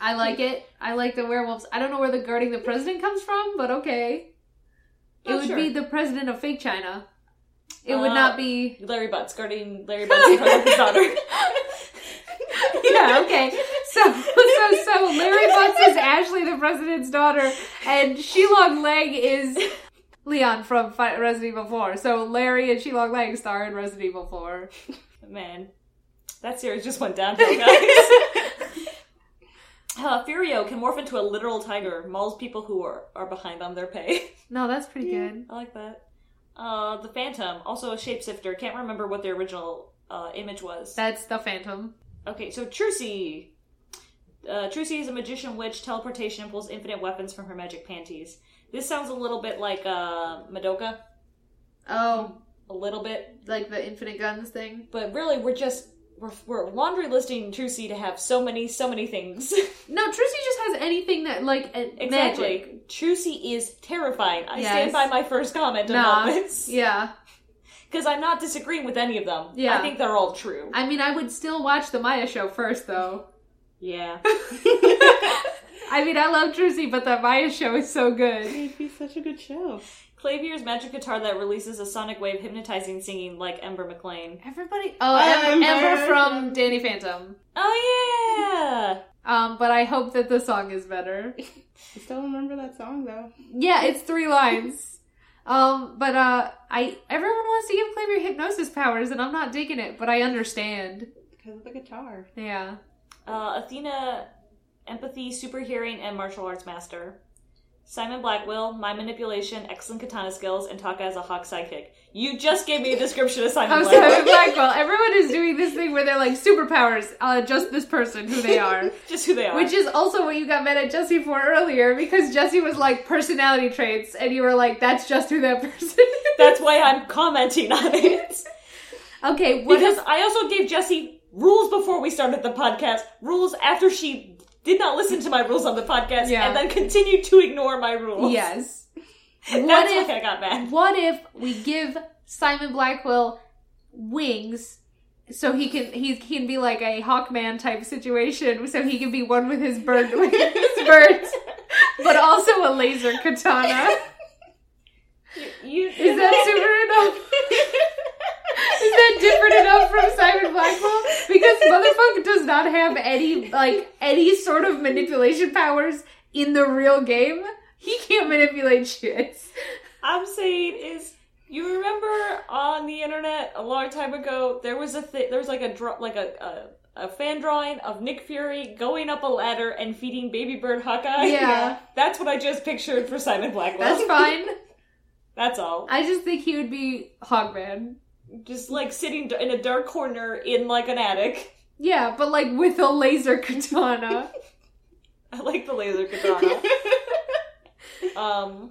S2: I like it. I like the werewolves. I don't know where the guarding the president comes from, but okay. It
S1: Not
S2: would
S1: Oh, sure.
S2: be the president of fake China. It
S1: Uh,
S2: would not be.
S1: Larry Butts guarding Larry Butts in front of his daughter.
S2: Uh. Yeah, okay. So, so, so Larry Butts is Ashley, the president's daughter, and Shilong Lang is Leon from Fi- Resident Evil 4. So Larry and Shilong Lang star in Resident Evil 4.
S1: Man, that series just went downhill, guys. uh, Furio can morph into a literal tiger, mauls people who are, are behind on their pay.
S2: No, that's pretty
S3: Yeah.
S2: good.
S1: I like that. Uh, the Phantom, also a shapeshifter, can't remember what the original uh, image was.
S2: That's the Phantom.
S1: okay, so Trucy. Uh, Trucy is a magician witch, teleportation, and pulls infinite weapons from her magic panties. This sounds a little bit like uh, Madoka,
S2: Oh,
S1: a little bit,
S2: like the infinite guns thing?
S1: but really we're just we're, we're laundry listing Trucy to have so many so many things.
S2: No, Trissy just has anything that like a-
S1: Exactly.
S2: magic.
S1: Trucy is terrifying. I
S2: Yes.
S1: stand by my first comment
S2: Nah.
S1: about this.
S2: Yeah,
S1: Because I'm not disagreeing with any of them.
S2: Yeah.
S1: I think they're all true.
S2: I mean, I would still watch the Maya show first, though.
S1: yeah.
S2: I mean, I love Trissy, but the Maya show is so good.
S3: It'd be such a good show.
S1: Clavier's magic guitar that releases a sonic wave hypnotizing singing like Ember McLean.
S2: Everybody, oh, Ember,
S3: Ember.
S2: Ember from Danny Phantom.
S1: Oh, yeah!
S2: Um, but I hope that the song is better.
S3: I still remember that song though.
S2: Yeah, it's three lines. Um, but uh, I everyone wants to give Clavier hypnosis powers, and I'm not digging it, but I understand.
S3: Because of the guitar.
S2: Yeah,
S1: Uh, Athena, empathy, super hearing, and martial arts master. Simon Blackwell, mind manipulation, excellent katana skills, and Taka as a hawk sidekick. You just gave me a description of Simon
S2: I'm
S1: Blackwell.
S2: sorry, Blackwell. Oh, Everyone is doing this thing where they're like superpowers. Uh, just this person who they are.
S1: Just who they are.
S2: Which is also what you got mad at Jesse for earlier because Jesse was like personality traits, and you were like, "That's just who that person." is.
S1: That's why I'm commenting on it.
S2: okay, what
S1: Because
S2: is?
S1: I also gave Jessie rules before we started the podcast, rules after she did not listen to my rules on the podcast,
S2: Yeah.
S1: and then continued to ignore my rules.
S2: Yes. What
S1: That's
S2: if?
S1: why I got mad.
S2: What if we give Simon Blackwell wings? So he can he can be like a Hawkman type situation. So he can be one with his bird with his birds, but also a laser katana.
S1: You,
S2: Is that super enough? Is that different enough from Simon Blackwell? Because motherfucker does not have any like any sort of manipulation powers in the real game. He can't manipulate shit.
S1: I'm saying is you remember on the internet a long time ago there was a thi- there was like a dr- like a, a a fan drawing of Nick Fury going up a ladder and feeding baby bird Hawkeye.
S2: Yeah.
S1: that's what I just pictured for Simon Blackwell.
S2: That's fine.
S1: That's all.
S2: I just think he would be Hogman.
S1: Just like sitting d- in a dark corner in like an attic.
S2: Yeah, but like with a laser katana.
S1: I like the laser katana. um,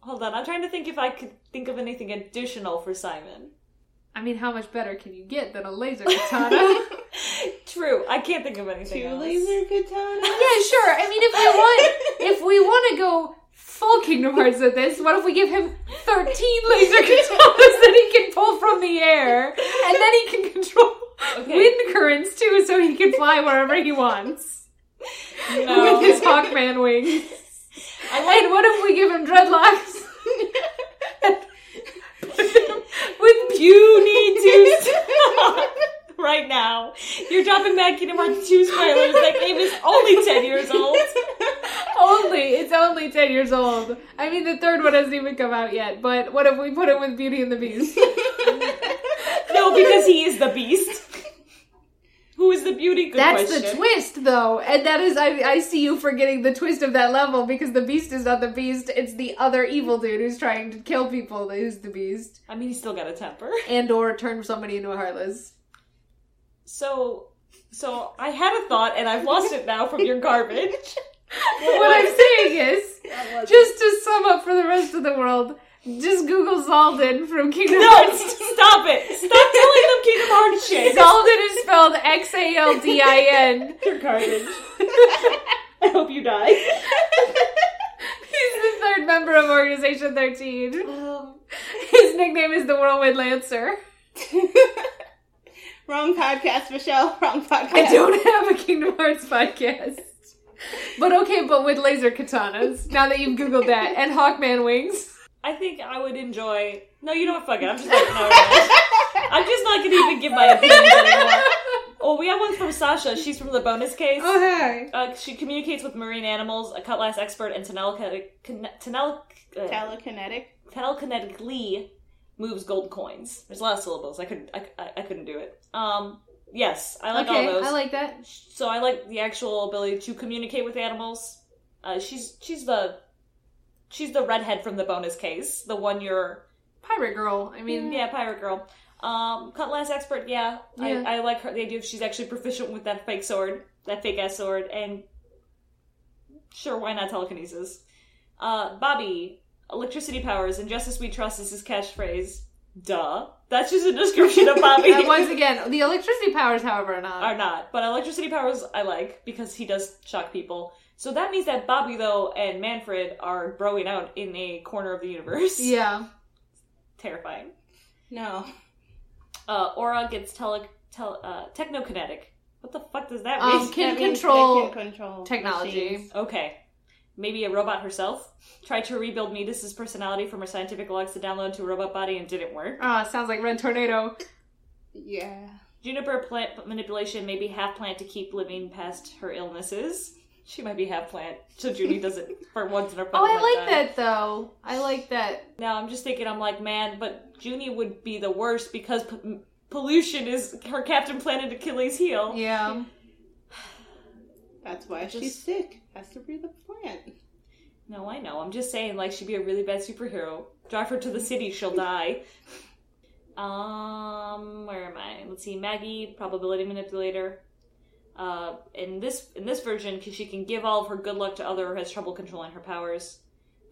S1: hold on, I'm trying to think if I could think of anything additional for Simon.
S2: I mean, how much better can you get than a laser katana?
S1: True, I can't think of anything
S3: Two
S1: else.
S3: laser katana.
S2: yeah, sure. I mean, if we want, if we want to go full Kingdom Hearts with this, what if we give him thirteen laser katanas that he can pull from the air, and then he can control
S1: Okay.
S2: wind currents too, so he can fly wherever he wants
S1: No.
S2: with his Hawkman wings.
S1: I like
S2: And what if we give him dreadlocks? with
S1: You need to stop right now. You're dropping Mad Kingdom Hearts 2 spoilers. That game is only 10 years old.
S2: only it's only 10 years old i mean the third one hasn't even come out yet but what if we put it with beauty and the beast
S1: No, because he is the beast. Who is the beauty? Good
S2: that's
S1: question.
S2: the twist though and that is I, I see you forgetting the twist of that level because the beast is not the beast it's the other evil dude who's trying to kill people who's the beast
S1: I mean, he's still got a temper.
S2: and or turn somebody into a heartless
S1: So, so I had a thought and I've lost it now from your garbage.
S2: what i'm saying is just to sum up for the rest of the world just google zaldin from kingdom
S1: No,
S2: hearts
S1: stop it! Stop telling them Kingdom Hearts shit.
S2: zaldin is spelled x-a-l-d-i-n
S1: Your garbage. I hope you die.
S2: He's the third member of Organization 13.
S1: Um,
S2: His nickname is the Whirlwind Lancer.
S3: Wrong podcast, Michelle. Wrong podcast.
S2: I don't have a Kingdom Hearts podcast. But okay, but with laser katanas, now that you've Googled that, and Hawkman wings.
S1: I think I would enjoy. No, you know what? Fuck it. I'm just like, no, no. I'm just not gonna even give my opinions anymore. Oh, we have one from Sasha. She's from the bonus case.
S2: hey.
S1: Uh, she communicates with marine animals, a cut lass expert, and telekinetic, tenel, uh,
S3: Telekinetic.
S1: telekinetically moves gold coins. There's a lot of syllables. I couldn't. I, I, I couldn't do it. Um. Yes, I like
S2: okay,
S1: all those.
S2: I like that.
S1: so I like the actual ability to communicate with animals. Uh, she's she's the she's the redhead from the bonus case, the one you're
S2: Pirate Girl. I mean,
S1: yeah, pirate girl. Um, cutlass expert. Yeah,
S2: Yeah.
S1: I, I like her. The idea of she's actually proficient with that fake sword, that fake ass sword, and sure, why not telekinesis? Uh, Bobby, electricity powers, and justice we trust is his catchphrase. Duh, that's just a description of Bobby.
S2: uh, once again, the electricity powers, however, are not.
S1: Are not, but electricity powers I like because he does shock people. So that means that Bobby though and Manfred are broing out in a corner of the universe.
S2: Yeah.
S1: terrifying.
S3: No.
S1: uh, Aura gets tele, tele, uh, technokinetic. What the fuck does that mean?
S2: Um, can
S3: That means they
S2: control
S3: can control
S2: technology.
S3: machines.
S1: okay. Maybe a robot herself tried to rebuild Metis's personality from her scientific logs to download to a robot body and didn't work.
S2: Ah, sounds like Red Tornado.
S3: Yeah.
S1: Juniper plant manipulation may be half plant to keep living past her illnesses. She might be half plant, so Judy does it for once in her
S2: Oh,
S1: fucking
S2: I like
S1: lifetime.
S2: that though. I like that.
S1: Now I'm just thinking, I'm like, man, but Junie would be the worst because p- pollution is her Captain Planet Achilles' heel.
S2: Yeah.
S3: That's why she's
S1: Just-
S3: sick. Has to breathe a plant.
S1: No, I know. I'm just saying, like, she'd be a really bad superhero. Drive her to the city, she'll die. Um, where am I? Let's see. Maggie, probability manipulator. Uh, in this in this version, 'cause she can give all of her good luck to other who has trouble controlling her powers.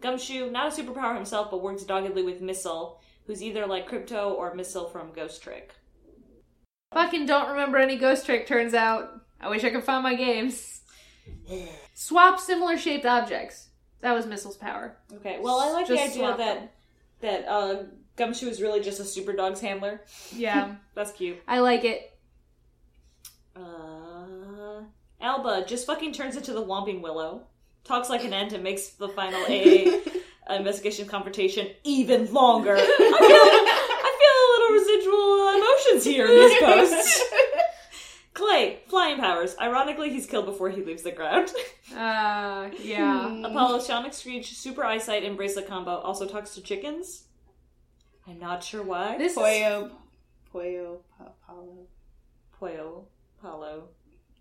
S1: Gumshoe, not a superpower himself, but works doggedly with Missile, who's either like Crypto or Missile from Ghost Trick.
S2: Fucking don't remember any ghost trick, turns out. I wish I could find my games. Swap similar shaped objects. That was Missile's power.
S1: Okay, well, I like
S2: Just
S1: the idea
S2: swap
S1: that
S2: them.
S1: that uh, Gumshoe is really just a super dog's handler.
S2: Yeah.
S1: That's cute.
S2: I like it.
S1: Uh, Alba just fucking turns into the Whomping Willow, talks like an ant, and makes the final AA investigation confrontation even longer. I feel, I feel a little residual emotions here in this post. Clay Hey, flying powers. Ironically, he's killed before he leaves the ground.
S2: Uh, yeah.
S3: Hmm.
S1: Apollo, Shamanic Screech, Super Eyesight, and Bracelet combo also talks to chickens. I'm not sure why.
S2: This is,
S3: Poyo, Poyo, Apollo.
S1: Poyo, Apollo.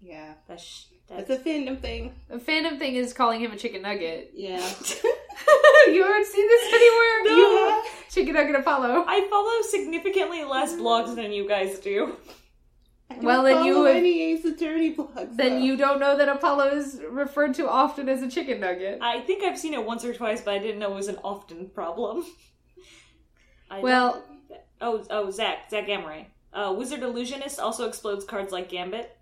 S3: Yeah,
S1: That's, sh-
S3: it's
S1: that's
S3: a fandom thing.
S2: the fandom thing is calling him a chicken nugget.
S3: Yeah.
S2: you haven't seen this anywhere?
S1: No.
S3: You-
S2: Chicken nugget Apollo.
S1: I follow significantly less blogs than you guys do.
S3: I don't
S2: Well, then you
S3: follow
S2: have-
S3: any Ace Attorney blogs. though.
S2: Then you don't know that Apollo is referred to often as a chicken nugget.
S1: I think I've seen it once or twice, but I didn't know it was an often problem. I don't-
S2: Well,
S1: oh, oh, Zach, Zach Amory. Uh, Wizard Illusionist also explodes cards like Gambit.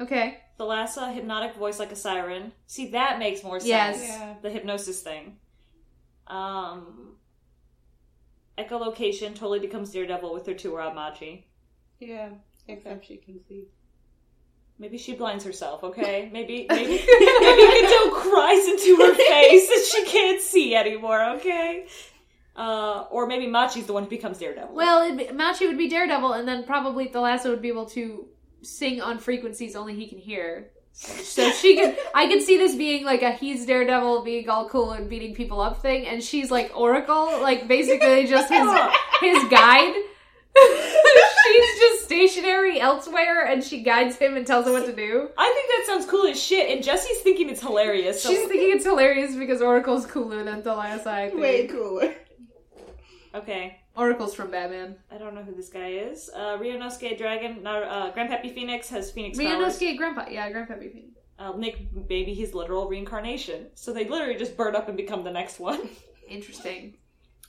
S2: okay.
S1: Thalassa, hypnotic voice like a siren. See, that makes more sense.
S2: Yes.
S3: Yeah.
S1: The hypnosis thing. Um, echolocation totally becomes Daredevil with her two-rod machi.
S3: Yeah. Except she can see.
S1: Maybe she blinds herself, okay? Maybe maybe maybe Kato cries into her face and she can't see anymore, okay? Uh, or maybe Machi's the one who becomes Daredevil.
S2: Well, it'd be, Machi would be Daredevil, and then probably the lasso would be able to sing on frequencies only he can hear. So she could, I could see this being like a he's Daredevil being all cool and beating people up thing, and she's like Oracle, like basically just his his guide. she's just stationary elsewhere, and she guides him and tells him what to do.
S1: I think that sounds cool as shit, and Jesse's thinking it's hilarious. So
S2: She's thinking it's hilarious because Oracle's cooler than the last I think.
S3: Way cooler.
S1: okay,
S2: Oracle's from Batman.
S1: I don't know who this guy is. Uh, Rionosuke Dragon, not, uh, Grandpappy Phoenix has Phoenix powers.
S2: Mianosuke Grandpa, yeah, Grandpa Beefy.
S1: Uh, Nick, baby, he's literal reincarnation. So they literally just burn up and become the next one.
S2: Interesting.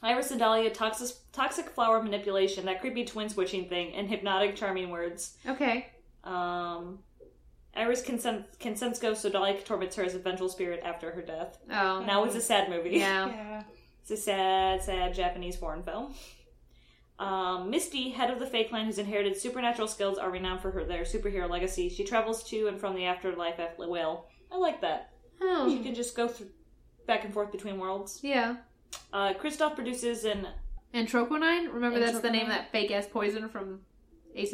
S1: Iris Sedalia, toxic, toxic flower manipulation, that creepy twin switching thing, and hypnotic charming words.
S2: Okay.
S1: Um, Iris consent consents goes so Dolly torments her as a vengeful spirit after her death.
S2: Oh.
S1: Now it's a sad movie.
S2: Yeah.
S3: Yeah.
S1: It's a sad, sad Japanese foreign film. Um, Misty, head of the Fake Clan, who's inherited supernatural skills, are renowned for her their superhero legacy. She travels to and from the afterlife at will. I like that. She
S2: Oh.
S1: can just go through back and forth between worlds.
S2: Yeah.
S1: Uh, Kristoff produces an
S2: And Troconine? Remember that's the name
S1: Antroquinine?
S2: of that fake ass poison from Ace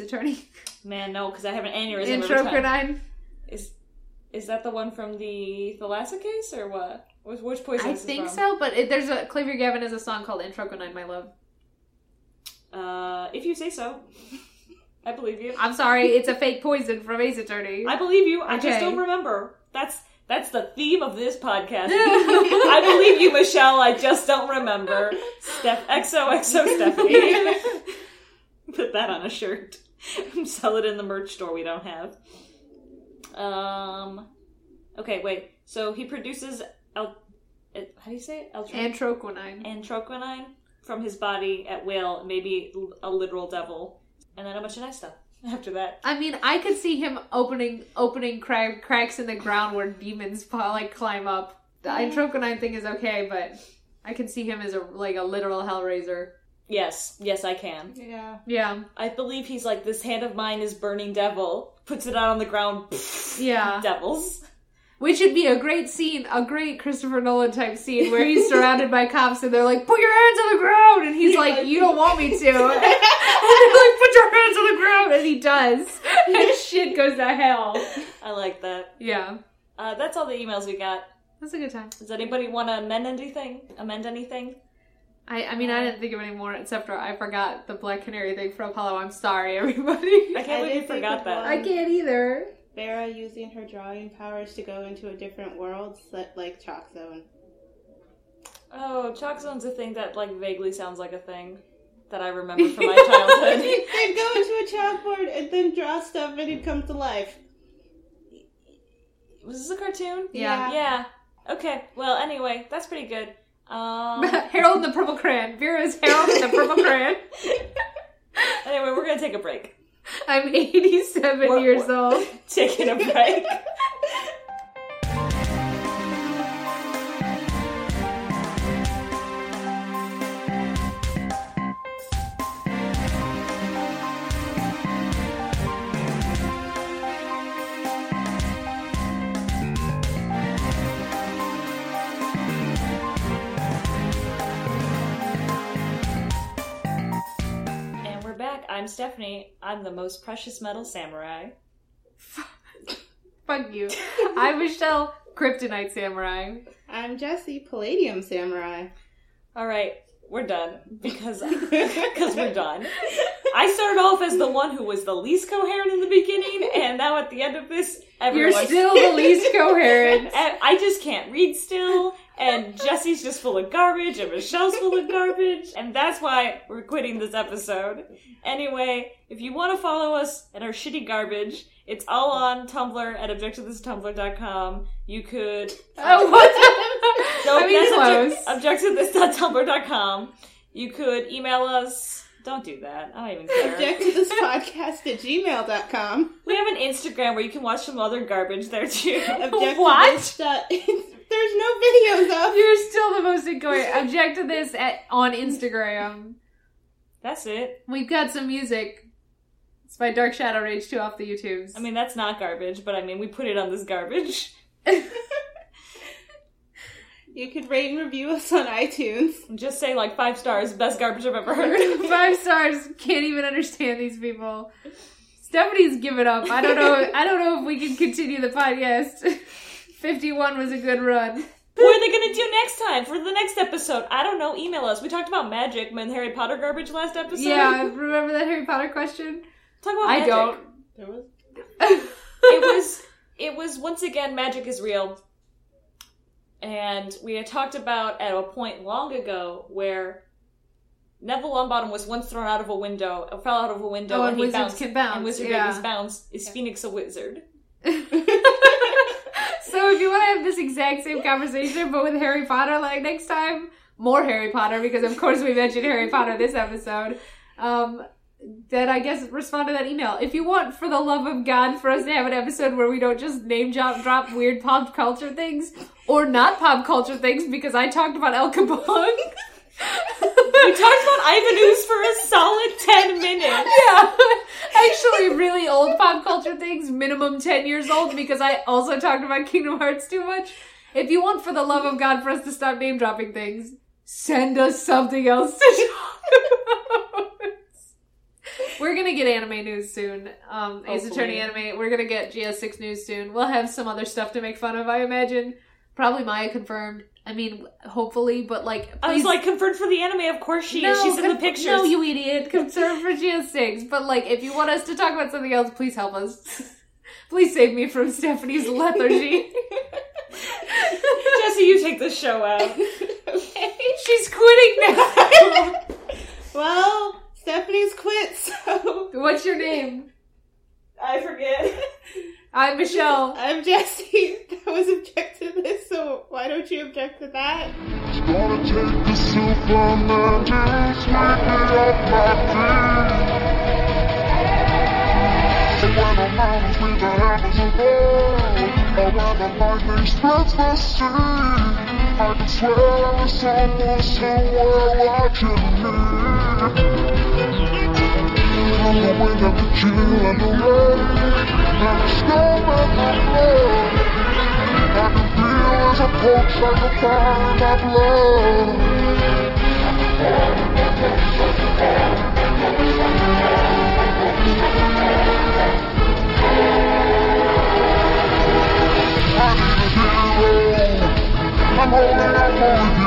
S2: Attorney?
S1: man, no, because I have an aneurysm. every time.
S2: Antroconine.
S1: Is is that the one from the Thalassa case or what? Which, which poison?
S2: I
S1: is this
S2: think
S1: from?
S2: so, but it, there's a Clavier Gavin has a song called Antroconine, my love.
S1: Uh, if you say so, I believe you.
S2: I'm sorry, it's a fake poison from Ace Attorney.
S1: I believe you. I
S2: Okay.
S1: just don't remember. That's that's the theme of this podcast. I believe you, Michelle. I just don't remember. Steph XOXO Stephanie. Put that on a shirt. Sell it in the merch store we don't have. Um. Okay, wait. So he produces el- it- how do you say it? Eltro-
S2: Antroquinine.
S1: Antroquinine from his body at will, maybe l- a literal devil, and then a bunch of nice stuff after that.
S2: I mean, I could see him opening opening cra- cracks in the ground where demons pa- like climb up. The Antroconine thing is okay, but I can see him as a like a literal Hellraiser.
S1: Yes, yes, I can.
S3: Yeah.
S2: Yeah,
S1: I believe he's like, this hand of mine is burning devil, puts it out on the ground,
S2: yeah.
S1: devils.
S2: Which would be a great scene, a great Christopher Nolan type scene where he's surrounded by cops and they're like, "Put your hands on the ground," and he's like, "You don't want me to." And they're like, "Put your hands on the ground," and he does, and shit goes to hell.
S1: I like that.
S2: Yeah,
S1: Uh, that's all the emails we got.
S2: that's a good time.
S1: Does anybody want to amend anything? Amend anything?
S2: I, I mean, I didn't think of any more except for I forgot the Black Canary thing for Apollo. I'm sorry, everybody.
S1: I can't
S3: I
S1: believe you
S3: didn't think
S1: forgot
S3: of
S1: that.
S3: one. I
S2: can't either.
S3: Vera using her drawing powers to go into a different world, set like Chalk Zone.
S1: Oh, chalk zone's a thing that like vaguely sounds like a thing that I remember from my childhood.
S3: They go into a chalkboard and then draw stuff and it comes to life.
S1: Was this a cartoon?
S2: Yeah.
S1: Yeah. Okay. Well, anyway, that's pretty good. Um,
S2: Harold and the Purple Crayon. Vera's Harold and the Purple Crayon.
S1: anyway, we're gonna take a break.
S2: I'm 87
S1: What-
S2: years
S1: what-
S2: old.
S1: Taking a break. and we're back. I'm Stephanie. I'm the most precious metal samurai.
S2: Fuck you. I'm Michelle, Kryptonite Samurai.
S3: I'm Jesse, Palladium Samurai.
S1: All right, we're done because because we're done. I started off as the one who was the least coherent in the beginning, and now at the end of this,
S2: You're
S1: everyone's
S2: still the least coherent.
S1: And I just can't read still, and Jesse's just full of garbage, and Michelle's full of garbage, and that's why we're quitting this episode. Anyway, if you want to follow us and our shitty garbage, it's all on Tumblr at objectivethistumblr.com. You could
S2: Oh, what?
S1: no,
S2: I mean,
S1: that's
S2: close.
S1: object- objectivethis.tumblr.com. You could email us. Don't do that. I don't even care.
S3: Object to this podcast at gmail.com.
S1: we have an Instagram where you can watch some other garbage there too.
S3: Object
S2: What?
S3: To this dot- There's no videos
S1: um,
S3: of
S2: You're still the most incoherent. Object to this at, on Instagram.
S1: That's it.
S2: We've got some music. It's by Dark Shadow Rage 2 off the YouTubes.
S1: I mean, that's not garbage, but I mean, we put it on this garbage.
S3: You could rate and review us on iTunes.
S1: And just say like five stars, best garbage I've ever heard.
S2: Five stars. Can't even understand these people. Stephanie's given up. I don't know. I don't know if we can continue the podcast. Fifty-one was a good run.
S1: what are they gonna do next time for the next episode? I don't know. Email us. We talked about magic and Harry Potter garbage last episode.
S2: Yeah, remember that Harry Potter question?
S1: talk about.
S2: I
S1: magic.
S2: don't.
S3: There was
S1: it was it was once again magic is real and we had talked about at a point long ago where neville longbottom was once thrown out of a window uh, fell out of a window
S2: Oh,
S1: and,
S2: and
S1: he
S2: wizards
S1: bounced
S2: can bounce.
S1: and wizard
S2: yeah.
S1: babies bounce is phoenix a wizard
S2: so if you want to have this exact same conversation but with Harry Potter, like next time, more Harry Potter because of course we mentioned Harry Potter this episode. Um, then I guess respond to that email if you want, for the love of God, for us to have an episode where we don't just name drop, drop weird pop culture things or not pop culture things because I talked about El Capone.
S1: we talked about ivanus for a solid 10 minutes
S2: Yeah, actually, really old pop culture things, minimum 10 years old, because I also talked about Kingdom Hearts too much. If you want, for the love of God, for us to stop name dropping things, send us something else to talk about. We're gonna get anime news soon. Um, Ace Attorney anime. We're gonna get GS6 news soon. We'll have some other stuff to make fun of, I imagine. Probably Maya confirmed. I mean, hopefully, but like,
S1: i was
S2: please-
S1: like confirmed for the anime of course she is she's in the
S2: con-
S1: pictures
S2: No, you idiot. Concern for GS6. But, like, if you want us to talk about something else, please help us. please save me from Stephanie's lethargy.
S1: jesse you take this show out
S2: She's quitting now.
S3: Well, Stephanie's quit, so
S2: What's your name?
S1: i forget
S2: I'm Michelle.
S3: I'm Jesse. That was object to this, so why don't you object to that?
S4: Gonna take the Superman juice, wake me up my dream. And when the mountains meet the heavens above, or when the lightning splits the sea, I can swear it's almost somewhere watching me. From the wind of the chill and the rain, and the storm and the flood. I can feel as I approach like a fire in my blood. I need a hero. I'm holding out for a